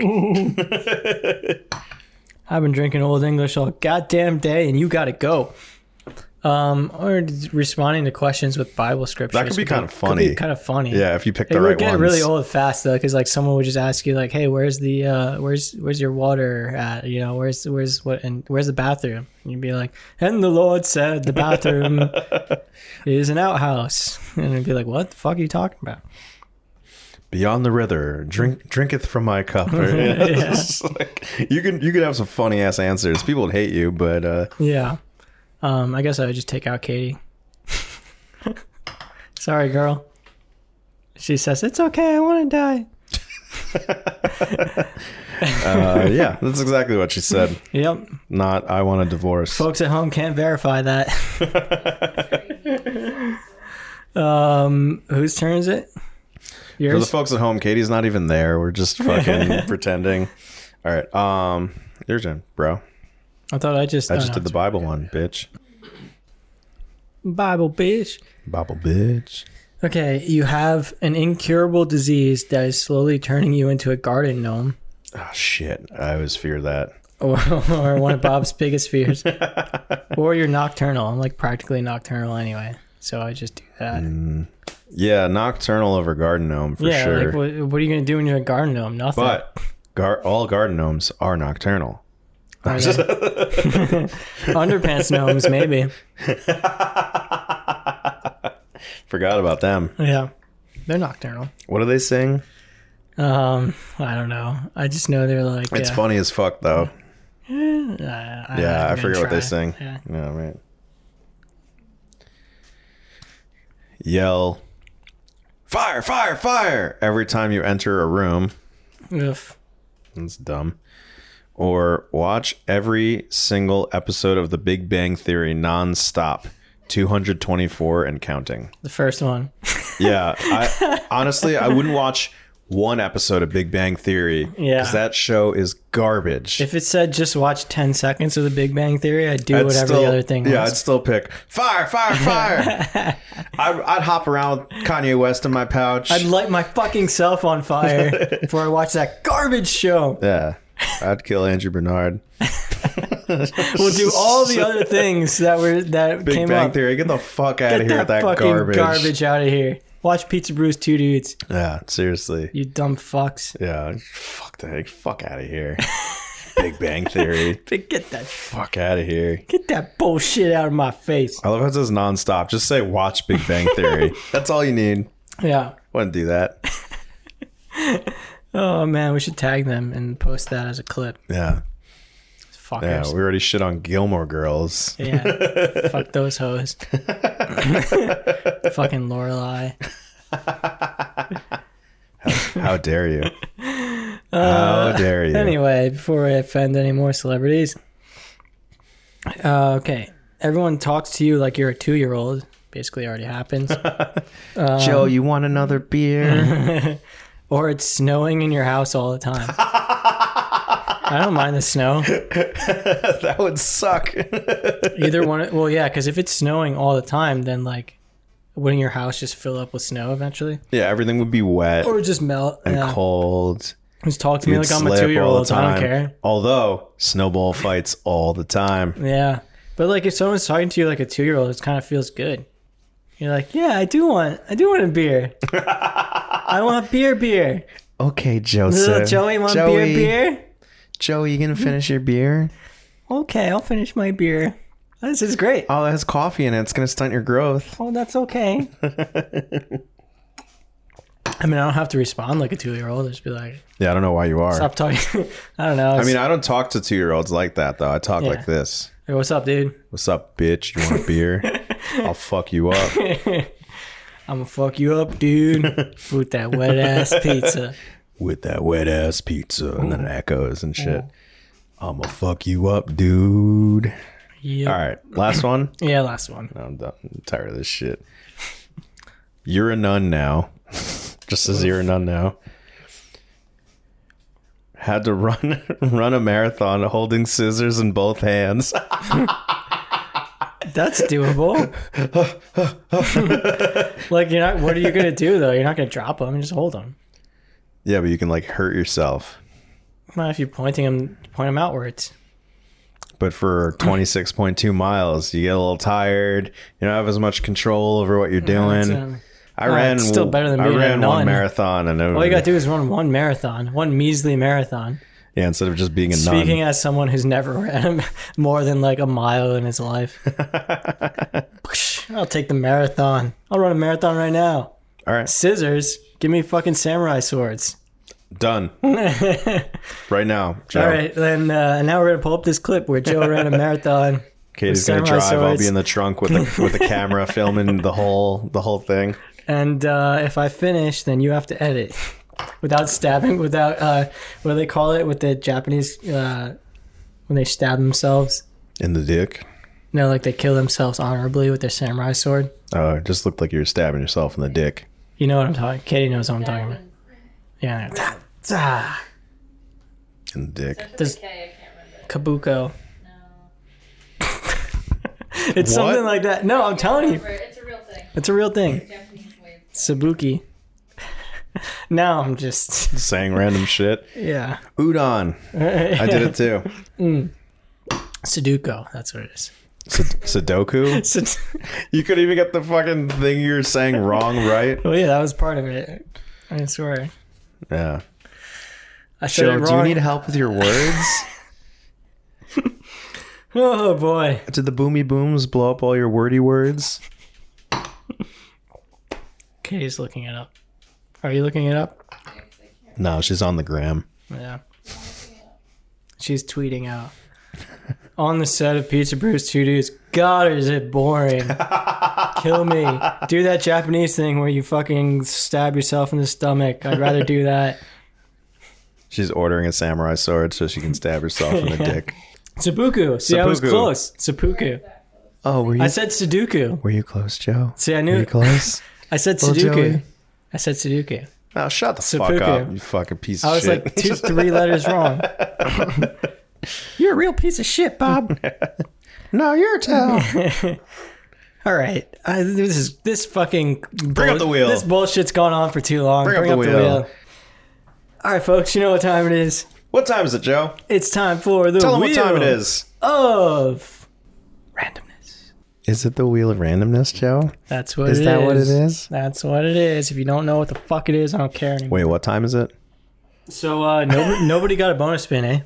Speaker 1: I've been drinking Old English all goddamn day, and you gotta go. Um, or responding to questions with Bible scriptures.
Speaker 2: That could be kind of
Speaker 1: Could
Speaker 2: funny.
Speaker 1: be kind of funny.
Speaker 2: yeah, if you pick
Speaker 1: It
Speaker 2: the
Speaker 1: would
Speaker 2: right
Speaker 1: get
Speaker 2: ones.
Speaker 1: really old fast though, because like someone would just ask you like, "Hey, where's the uh, where's where's your water at? You know, where's where's what and where's the bathroom?" And you'd be like, "And the Lord said the bathroom is an outhouse," and it'd be like, "What the fuck are you talking about?"
Speaker 2: Beyond the river, drink drinketh from my cup. Or- It's like, you can you can have some funny ass answers. People would hate you, but uh,
Speaker 1: Yeah, um, I guess I would just take out Katie. Sorry, girl. She says it's okay. I want to die.
Speaker 2: uh, yeah, that's exactly what she said.
Speaker 1: Yep,
Speaker 2: Not I want a divorce.
Speaker 1: folks at home can't verify that. um, whose turn is it?
Speaker 2: For the
Speaker 1: Yours.
Speaker 2: folks at home, Katie's not even there. We're just fucking pretending. All right, um, your turn, bro.
Speaker 1: I thought I just.
Speaker 2: I
Speaker 1: oh,
Speaker 2: just
Speaker 1: no.
Speaker 2: did the Bible one, bitch.
Speaker 1: Bible, bitch.
Speaker 2: Bible, bitch.
Speaker 1: Okay, you have an incurable disease that is slowly turning you into a garden gnome,
Speaker 2: Oh shit! I always fear that.
Speaker 1: or, or one of Bob's biggest fears, or you're nocturnal. I'm like practically nocturnal anyway, so I just do that.
Speaker 2: Yeah, nocturnal over garden gnome Mm, for
Speaker 1: yeah,
Speaker 2: sure.
Speaker 1: like what, what are you gonna do when you're a garden gnome? Nothing.
Speaker 2: but gar- all garden gnomes are nocturnal.
Speaker 1: Are they- underpants gnomes, maybe.
Speaker 2: Forgot about them.
Speaker 1: Yeah, they're nocturnal.
Speaker 2: What do they sing?
Speaker 1: Um, I don't know. I just know they're like.
Speaker 2: It's
Speaker 1: uh,
Speaker 2: funny as fuck though.
Speaker 1: uh, I-
Speaker 2: Yeah,
Speaker 1: I'm
Speaker 2: I
Speaker 1: gonna
Speaker 2: forget what
Speaker 1: try.
Speaker 2: they sing.
Speaker 1: Yeah.
Speaker 2: Yeah, right. Yell, fire, fire, fire every time you enter a room.
Speaker 1: Oof.
Speaker 2: That's dumb. Or watch every single episode of The Big Bang Theory nonstop, 224 and counting.
Speaker 1: The first one.
Speaker 2: Yeah, I, honestly, I wouldn't watch one episode of Big Bang Theory
Speaker 1: Yeah.
Speaker 2: that show is garbage.
Speaker 1: If it said just watch 10 seconds of the Big Bang Theory, I'd do
Speaker 2: I'd
Speaker 1: whatever
Speaker 2: still-
Speaker 1: the other thing
Speaker 2: Yeah, I'd
Speaker 1: was.
Speaker 2: still pick fire, fire, fire. I'd, I'd hop around with Kanye West in my pouch.
Speaker 1: I'd light my fucking self on fire before I watch that garbage show.
Speaker 2: yeah, I'd kill Andrew Bernard.
Speaker 1: We'll do all the other things that were that
Speaker 2: Big
Speaker 1: came
Speaker 2: Bang
Speaker 1: up.
Speaker 2: Theory. Get the fuck out
Speaker 1: Get
Speaker 2: of here
Speaker 1: that,
Speaker 2: with that
Speaker 1: fucking
Speaker 2: garbage.
Speaker 1: garbage. out of here. Watch Pizza Brews Two Dudes,
Speaker 2: Yeah, seriously.
Speaker 1: you dumb fucks.
Speaker 2: Yeah, fuck that. Fuck out of here. Big Bang Theory.
Speaker 1: Get that
Speaker 2: fuck out of here.
Speaker 1: get that bullshit out of my face.
Speaker 2: I love how it says nonstop. Just say watch Big Bang Theory. That's all you need.
Speaker 1: Yeah.
Speaker 2: Wouldn't do that.
Speaker 1: Oh man, we should tag them and post that as a clip.
Speaker 2: Yeah. Yeah,
Speaker 1: Fuckers.
Speaker 2: we already shit on Gilmore Girls.
Speaker 1: Yeah. Fuck those hoes. fucking Lorelai.
Speaker 2: How dare you? How dare you?
Speaker 1: Uh, Anyway, before I offend any more celebrities, uh, okay. Everyone talks to you like you're a two year old. Basically, already happens.
Speaker 2: Joe, you want another beer?
Speaker 1: or it's snowing in your house all the time. I don't mind the snow.
Speaker 2: that would suck.
Speaker 1: Either one. Well, yeah, because if it's snowing all the time, then like, wouldn't your house just fill up with snow eventually,
Speaker 2: Yeah, everything would be wet
Speaker 1: or just melt?
Speaker 2: and
Speaker 1: Oh, yeah.
Speaker 2: cold.
Speaker 1: Just talk to me
Speaker 2: You'd
Speaker 1: like I'm a
Speaker 2: slip
Speaker 1: two year
Speaker 2: all the
Speaker 1: old. I don't
Speaker 2: time.
Speaker 1: care.
Speaker 2: Although snowball fights all the time.
Speaker 1: Yeah, but like if someone's talking to you like a two year old, it kind of feels good. You're like, yeah, I do want, I do want a beer. I want beer, beer.
Speaker 2: Okay,
Speaker 1: Little
Speaker 2: Joseph.
Speaker 1: Joey want beer, beer.
Speaker 2: Joey, you gonna finish your beer?
Speaker 1: Okay, I'll finish my beer. This is great.
Speaker 2: Oh, it has coffee in it. It's gonna stunt your growth.
Speaker 1: Oh, that's okay. I mean, I don't have to respond like a two year old. Just be like,
Speaker 2: Yeah, I don't know why you are.
Speaker 1: stop talking. I don't know.
Speaker 2: I mean, I don't talk to two year olds like that though. I talk
Speaker 1: Yeah.
Speaker 2: like this.
Speaker 1: hey, what's up, dude?
Speaker 2: What's up, bitch? You want a beer? I'll fuck you up.
Speaker 1: I'm gonna fuck you up, dude. with that wet ass pizza.
Speaker 2: with that wet ass pizza and then it echoes and shit. I'ma fuck you up, dude.
Speaker 1: Yeah.
Speaker 2: All right, last one.
Speaker 1: Yeah, last one.
Speaker 2: I'm done. I'm tired of this shit. You're a nun now. Just as you're a nun now. Had to run run a marathon holding scissors in both hands.
Speaker 1: That's doable. like you're not. What are you gonna do though? You're not gonna drop them. Just hold them.
Speaker 2: yeah, but you can like hurt yourself.
Speaker 1: Not if you're pointing them, point them outwards.
Speaker 2: But for 26.2 miles, you get a little tired. You don't have as much control over what you're doing.
Speaker 1: um,
Speaker 2: I
Speaker 1: uh,
Speaker 2: ran
Speaker 1: it's still better than
Speaker 2: I
Speaker 1: being a
Speaker 2: ran one
Speaker 1: nun.
Speaker 2: marathon and it
Speaker 1: All you gotta do is run one marathon, one measly marathon.
Speaker 2: yeah instead of just being a nun.
Speaker 1: Speaking as someone who's never ran more than like a mile in his life, I'll take the marathon. I'll run a marathon right now.
Speaker 2: All right,
Speaker 1: Scissors, give me fucking samurai swords.
Speaker 2: done. right now, Joe.
Speaker 1: All right, then uh, and now we're gonna pull up this clip where Joe ran a marathon.
Speaker 2: Katie's
Speaker 1: With
Speaker 2: gonna
Speaker 1: samurai
Speaker 2: drive. I'll
Speaker 1: swords.
Speaker 2: be in the trunk with a, with a camera filming the whole the whole thing.
Speaker 1: And uh, if I finish, then you have to edit without stabbing, without uh, what do they call it with the Japanese uh, when they stab themselves?
Speaker 2: In the dick.
Speaker 1: No, like they kill themselves honorably with their samurai sword.
Speaker 2: Oh, it just looked like you were stabbing yourself in the dick.
Speaker 1: You know what I'm talking? Katie knows what I'm talking about. Yeah, ta- ta.
Speaker 2: In the dick.
Speaker 1: Does-
Speaker 4: okay, I can't remember.
Speaker 1: kabuko.
Speaker 4: No.
Speaker 1: It's
Speaker 2: What?
Speaker 1: something like that. No, I'm telling you,
Speaker 4: Remember, It's a real thing.
Speaker 1: it's a real thing.
Speaker 4: Japanese way.
Speaker 1: Sabuki. now I'm just
Speaker 2: Saying random shit.
Speaker 1: yeah.
Speaker 2: Udon. I did it too.
Speaker 1: Sudoku. That's what it is.
Speaker 2: Sudoku.
Speaker 1: Sud-
Speaker 2: You couldn't even get the fucking thing you were saying wrong right.
Speaker 1: oh yeah, that was part of it. I swear.
Speaker 2: Yeah.
Speaker 1: I said
Speaker 2: Joe,
Speaker 1: it
Speaker 2: do you
Speaker 1: wrong.
Speaker 2: need help with your words?
Speaker 1: Oh boy.
Speaker 2: Did the boomy booms blow up all your wordy words?
Speaker 1: Katie's looking it up. Are you looking it up?
Speaker 2: No, she's on the gram.
Speaker 1: Yeah. She's tweeting out. On the set of Pizza Brews 2 Dudes, God, is it boring? Kill me. Do that Japanese thing where you fucking stab yourself in the stomach. I'd rather do that.
Speaker 2: She's ordering a samurai sword so she can stab herself in the dick.
Speaker 1: Seppuku. See, I was
Speaker 2: Seppuku.
Speaker 1: close. Seppuku.
Speaker 2: Oh, were you
Speaker 1: I said Sudoku.
Speaker 2: were you close, Joe?
Speaker 1: See, I
Speaker 2: Were
Speaker 1: knew.
Speaker 2: you close?
Speaker 1: I said
Speaker 2: Little
Speaker 1: Sudoku.
Speaker 2: Joey.
Speaker 1: I said Sudoku.
Speaker 2: Oh, shut the fuck
Speaker 1: Seppuku.
Speaker 2: up, you fucking piece of
Speaker 1: I was
Speaker 2: shit.
Speaker 1: like two, three letters wrong. You're a real piece of shit, Bob.
Speaker 2: no, you're a towel.
Speaker 1: All right, I, this is this fucking
Speaker 2: Bring up the wheel.
Speaker 1: This bullshit's gone on for too long.
Speaker 2: Bring up the wheel.
Speaker 1: All right, folks, you know what time it is.
Speaker 2: what time is it, Joe?
Speaker 1: It's time for the
Speaker 2: Tell them
Speaker 1: wheel
Speaker 2: what time it is.
Speaker 1: of randomness.
Speaker 2: Is it the wheel of randomness, Joe?
Speaker 1: That's what
Speaker 2: Is
Speaker 1: it
Speaker 2: that what it is?
Speaker 1: That's what it is. If you don't know what the fuck it is, I don't care anymore.
Speaker 2: Wait, what time is it?
Speaker 1: So uh, nobody, nobody got a bonus spin, eh?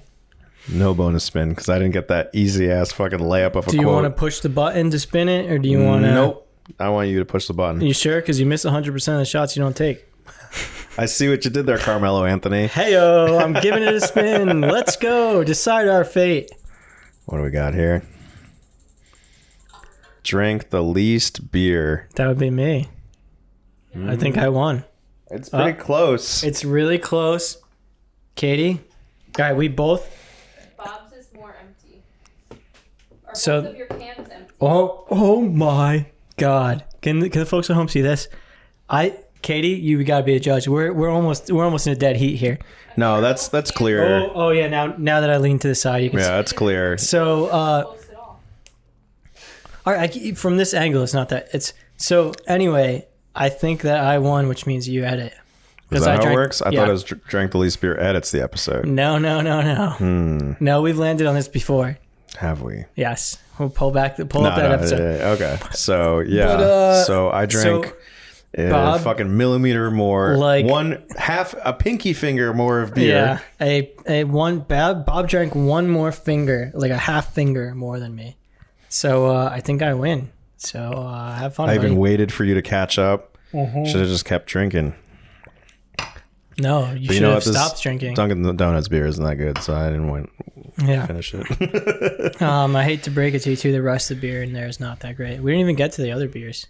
Speaker 2: No bonus spin because I didn't get that easy ass fucking layup of a
Speaker 1: Do you
Speaker 2: quote.
Speaker 1: want to push the button to spin it, or do you want to?
Speaker 2: Nope. I want you to push the button.
Speaker 1: You sure? Because you miss 100 percent of the shots you don't take.
Speaker 2: I see what you did there, Carmelo Anthony.
Speaker 1: Heyo, I'm giving it a spin. Let's go decide our fate.
Speaker 2: What do we got here? Drink the least beer.
Speaker 1: That would be me. I think
Speaker 2: Mm.
Speaker 1: I won.
Speaker 2: It's pretty
Speaker 1: Uh,
Speaker 2: close.
Speaker 1: It's really close. Katie? All right, we both.
Speaker 4: Bob's is more empty. Are
Speaker 1: So-
Speaker 4: both of your cans empty?
Speaker 1: Oh, oh my God. Can, can the folks at home see this? I, Katie, you gotta be a judge. We're, we're almost we're almost in a dead heat here.
Speaker 2: no, that's that's clear.
Speaker 1: Oh, oh yeah. Now now that I lean to the side, you can.
Speaker 2: Yeah,
Speaker 1: See.
Speaker 2: that's clear.
Speaker 1: So uh,
Speaker 4: Close at all.
Speaker 1: all right, I, from this angle, it's not that. It's So anyway, I think that I won, which means you edit.
Speaker 2: Is
Speaker 1: 'Cause
Speaker 2: that how
Speaker 1: drank-
Speaker 2: it works? I
Speaker 1: yeah.
Speaker 2: thought it was dr- drank the least beer edits the episode.
Speaker 1: No, no, no, no.
Speaker 2: Hmm.
Speaker 1: No, we've landed on this before.
Speaker 2: Have we?
Speaker 1: Yes, we'll pull back the pull
Speaker 2: No,
Speaker 1: up Mm. that
Speaker 2: no,
Speaker 1: episode.
Speaker 2: yeah, yeah, okay. So yeah.
Speaker 1: But, uh,
Speaker 2: so I drank a
Speaker 1: Bob,
Speaker 2: fucking millimeter more,
Speaker 1: like-
Speaker 2: one half a pinky finger more of beer.
Speaker 1: Yeah, a a one Bob, Bob drank one more finger, like a half finger more than me. So uh, I think I win. So uh, have fun.
Speaker 2: I even
Speaker 1: buddy.
Speaker 2: waited for you to catch up.
Speaker 1: Mm-hmm.
Speaker 2: Should have just kept drinking.
Speaker 1: no, you
Speaker 2: But
Speaker 1: should
Speaker 2: you know
Speaker 1: have
Speaker 2: what? This
Speaker 1: stopped drinking.
Speaker 2: Dunkin' Donuts beer isn't that good, so I didn't win,
Speaker 1: Yeah.
Speaker 2: finish it.
Speaker 1: Um, I hate to break it to you too. The rest of the beer in there is not that great. We didn't even get to the other beers.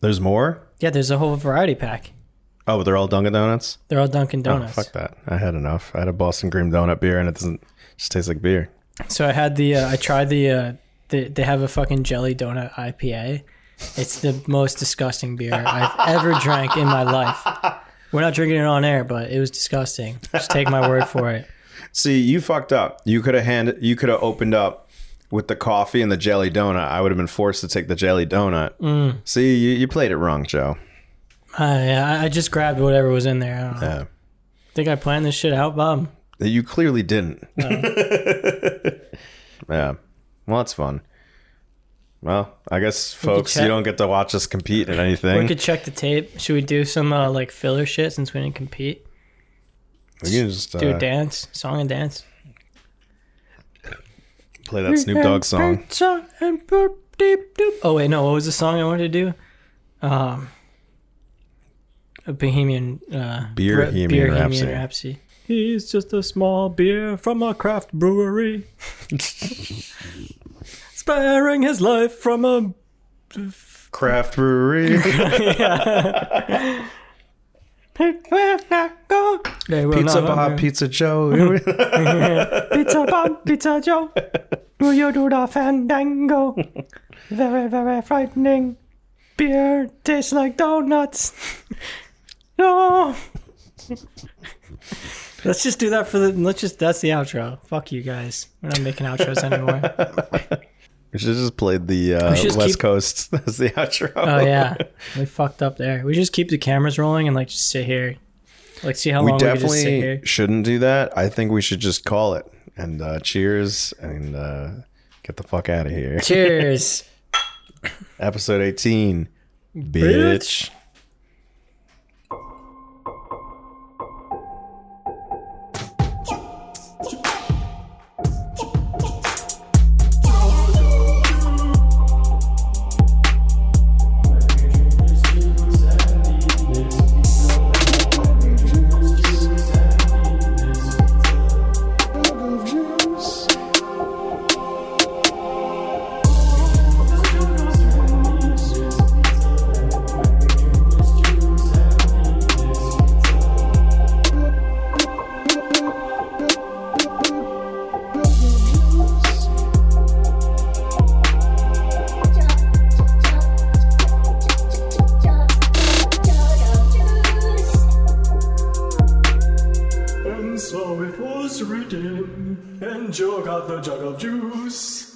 Speaker 2: There's more.
Speaker 1: Yeah, there's a whole variety pack.
Speaker 2: Oh, but they're all Dunkin' Donuts.
Speaker 1: They're all Dunkin'
Speaker 2: Oh,
Speaker 1: Donuts.
Speaker 2: fuck that. I had enough. I had a Boston cream donut beer, and it doesn't it just taste like beer.
Speaker 1: So I had the uh, I tried the, uh, the they have a fucking jelly donut IPA. It's the most disgusting beer I've ever drank in my life. We're not drinking it on air, but it was disgusting. Just take my word for it.
Speaker 2: See, you fucked up. You could have hand. You could have opened up with the coffee and the jelly donut. I would have been forced to take the jelly donut.
Speaker 1: Mm.
Speaker 2: See, you, you played it wrong, Joe.
Speaker 1: I, I- I just grabbed whatever was in there. I don't know.
Speaker 2: Yeah.
Speaker 1: Think I planned this shit out, Bob?
Speaker 2: You clearly didn't. yeah. Well, that's fun. Well, I guess, folks, you
Speaker 1: check-
Speaker 2: don't get to watch us compete in
Speaker 1: We
Speaker 2: anything.
Speaker 1: could check the tape. Should we do some uh, like filler shit since we didn't compete?
Speaker 2: We can just
Speaker 1: Do
Speaker 2: uh,
Speaker 1: a dance, song and dance.
Speaker 2: play that Snoop Dogg song.
Speaker 1: Song and burp, deep, doop. Oh wait, no. What was the song I wanted to do? Um, a Bohemian. Uh,
Speaker 2: Beer- Bohemian Rhapsody.
Speaker 1: Rhapsody. He's just a small beer from a craft brewery, sparing his life from a.
Speaker 2: Craft brewery.
Speaker 1: They will
Speaker 2: Pizza
Speaker 1: not
Speaker 2: Bob,
Speaker 1: hunger.
Speaker 2: Pizza Joe.
Speaker 1: Pizza Bob, Pizza Joe. Will you do the fandango? Very, very frightening. Beer tastes like donuts. No. let's just do that for the. Let's just. That's the outro. Fuck you guys. We're not making outros anymore.
Speaker 2: we should have just played the uh,
Speaker 1: should just
Speaker 2: West
Speaker 1: keep-
Speaker 2: Coast as the outro.
Speaker 1: Oh yeah, we fucked up there. We just keep the cameras rolling and like just sit here, like see how
Speaker 2: we
Speaker 1: long we can just sit
Speaker 2: definitely
Speaker 1: here.
Speaker 2: shouldn't do that. I think we should just call it and uh, cheers and uh, get the fuck out of here.
Speaker 1: Cheers.
Speaker 2: Episode 18.
Speaker 1: Bitch.
Speaker 2: Bitch.
Speaker 6: And so it was written, and Joe got the jug of juice.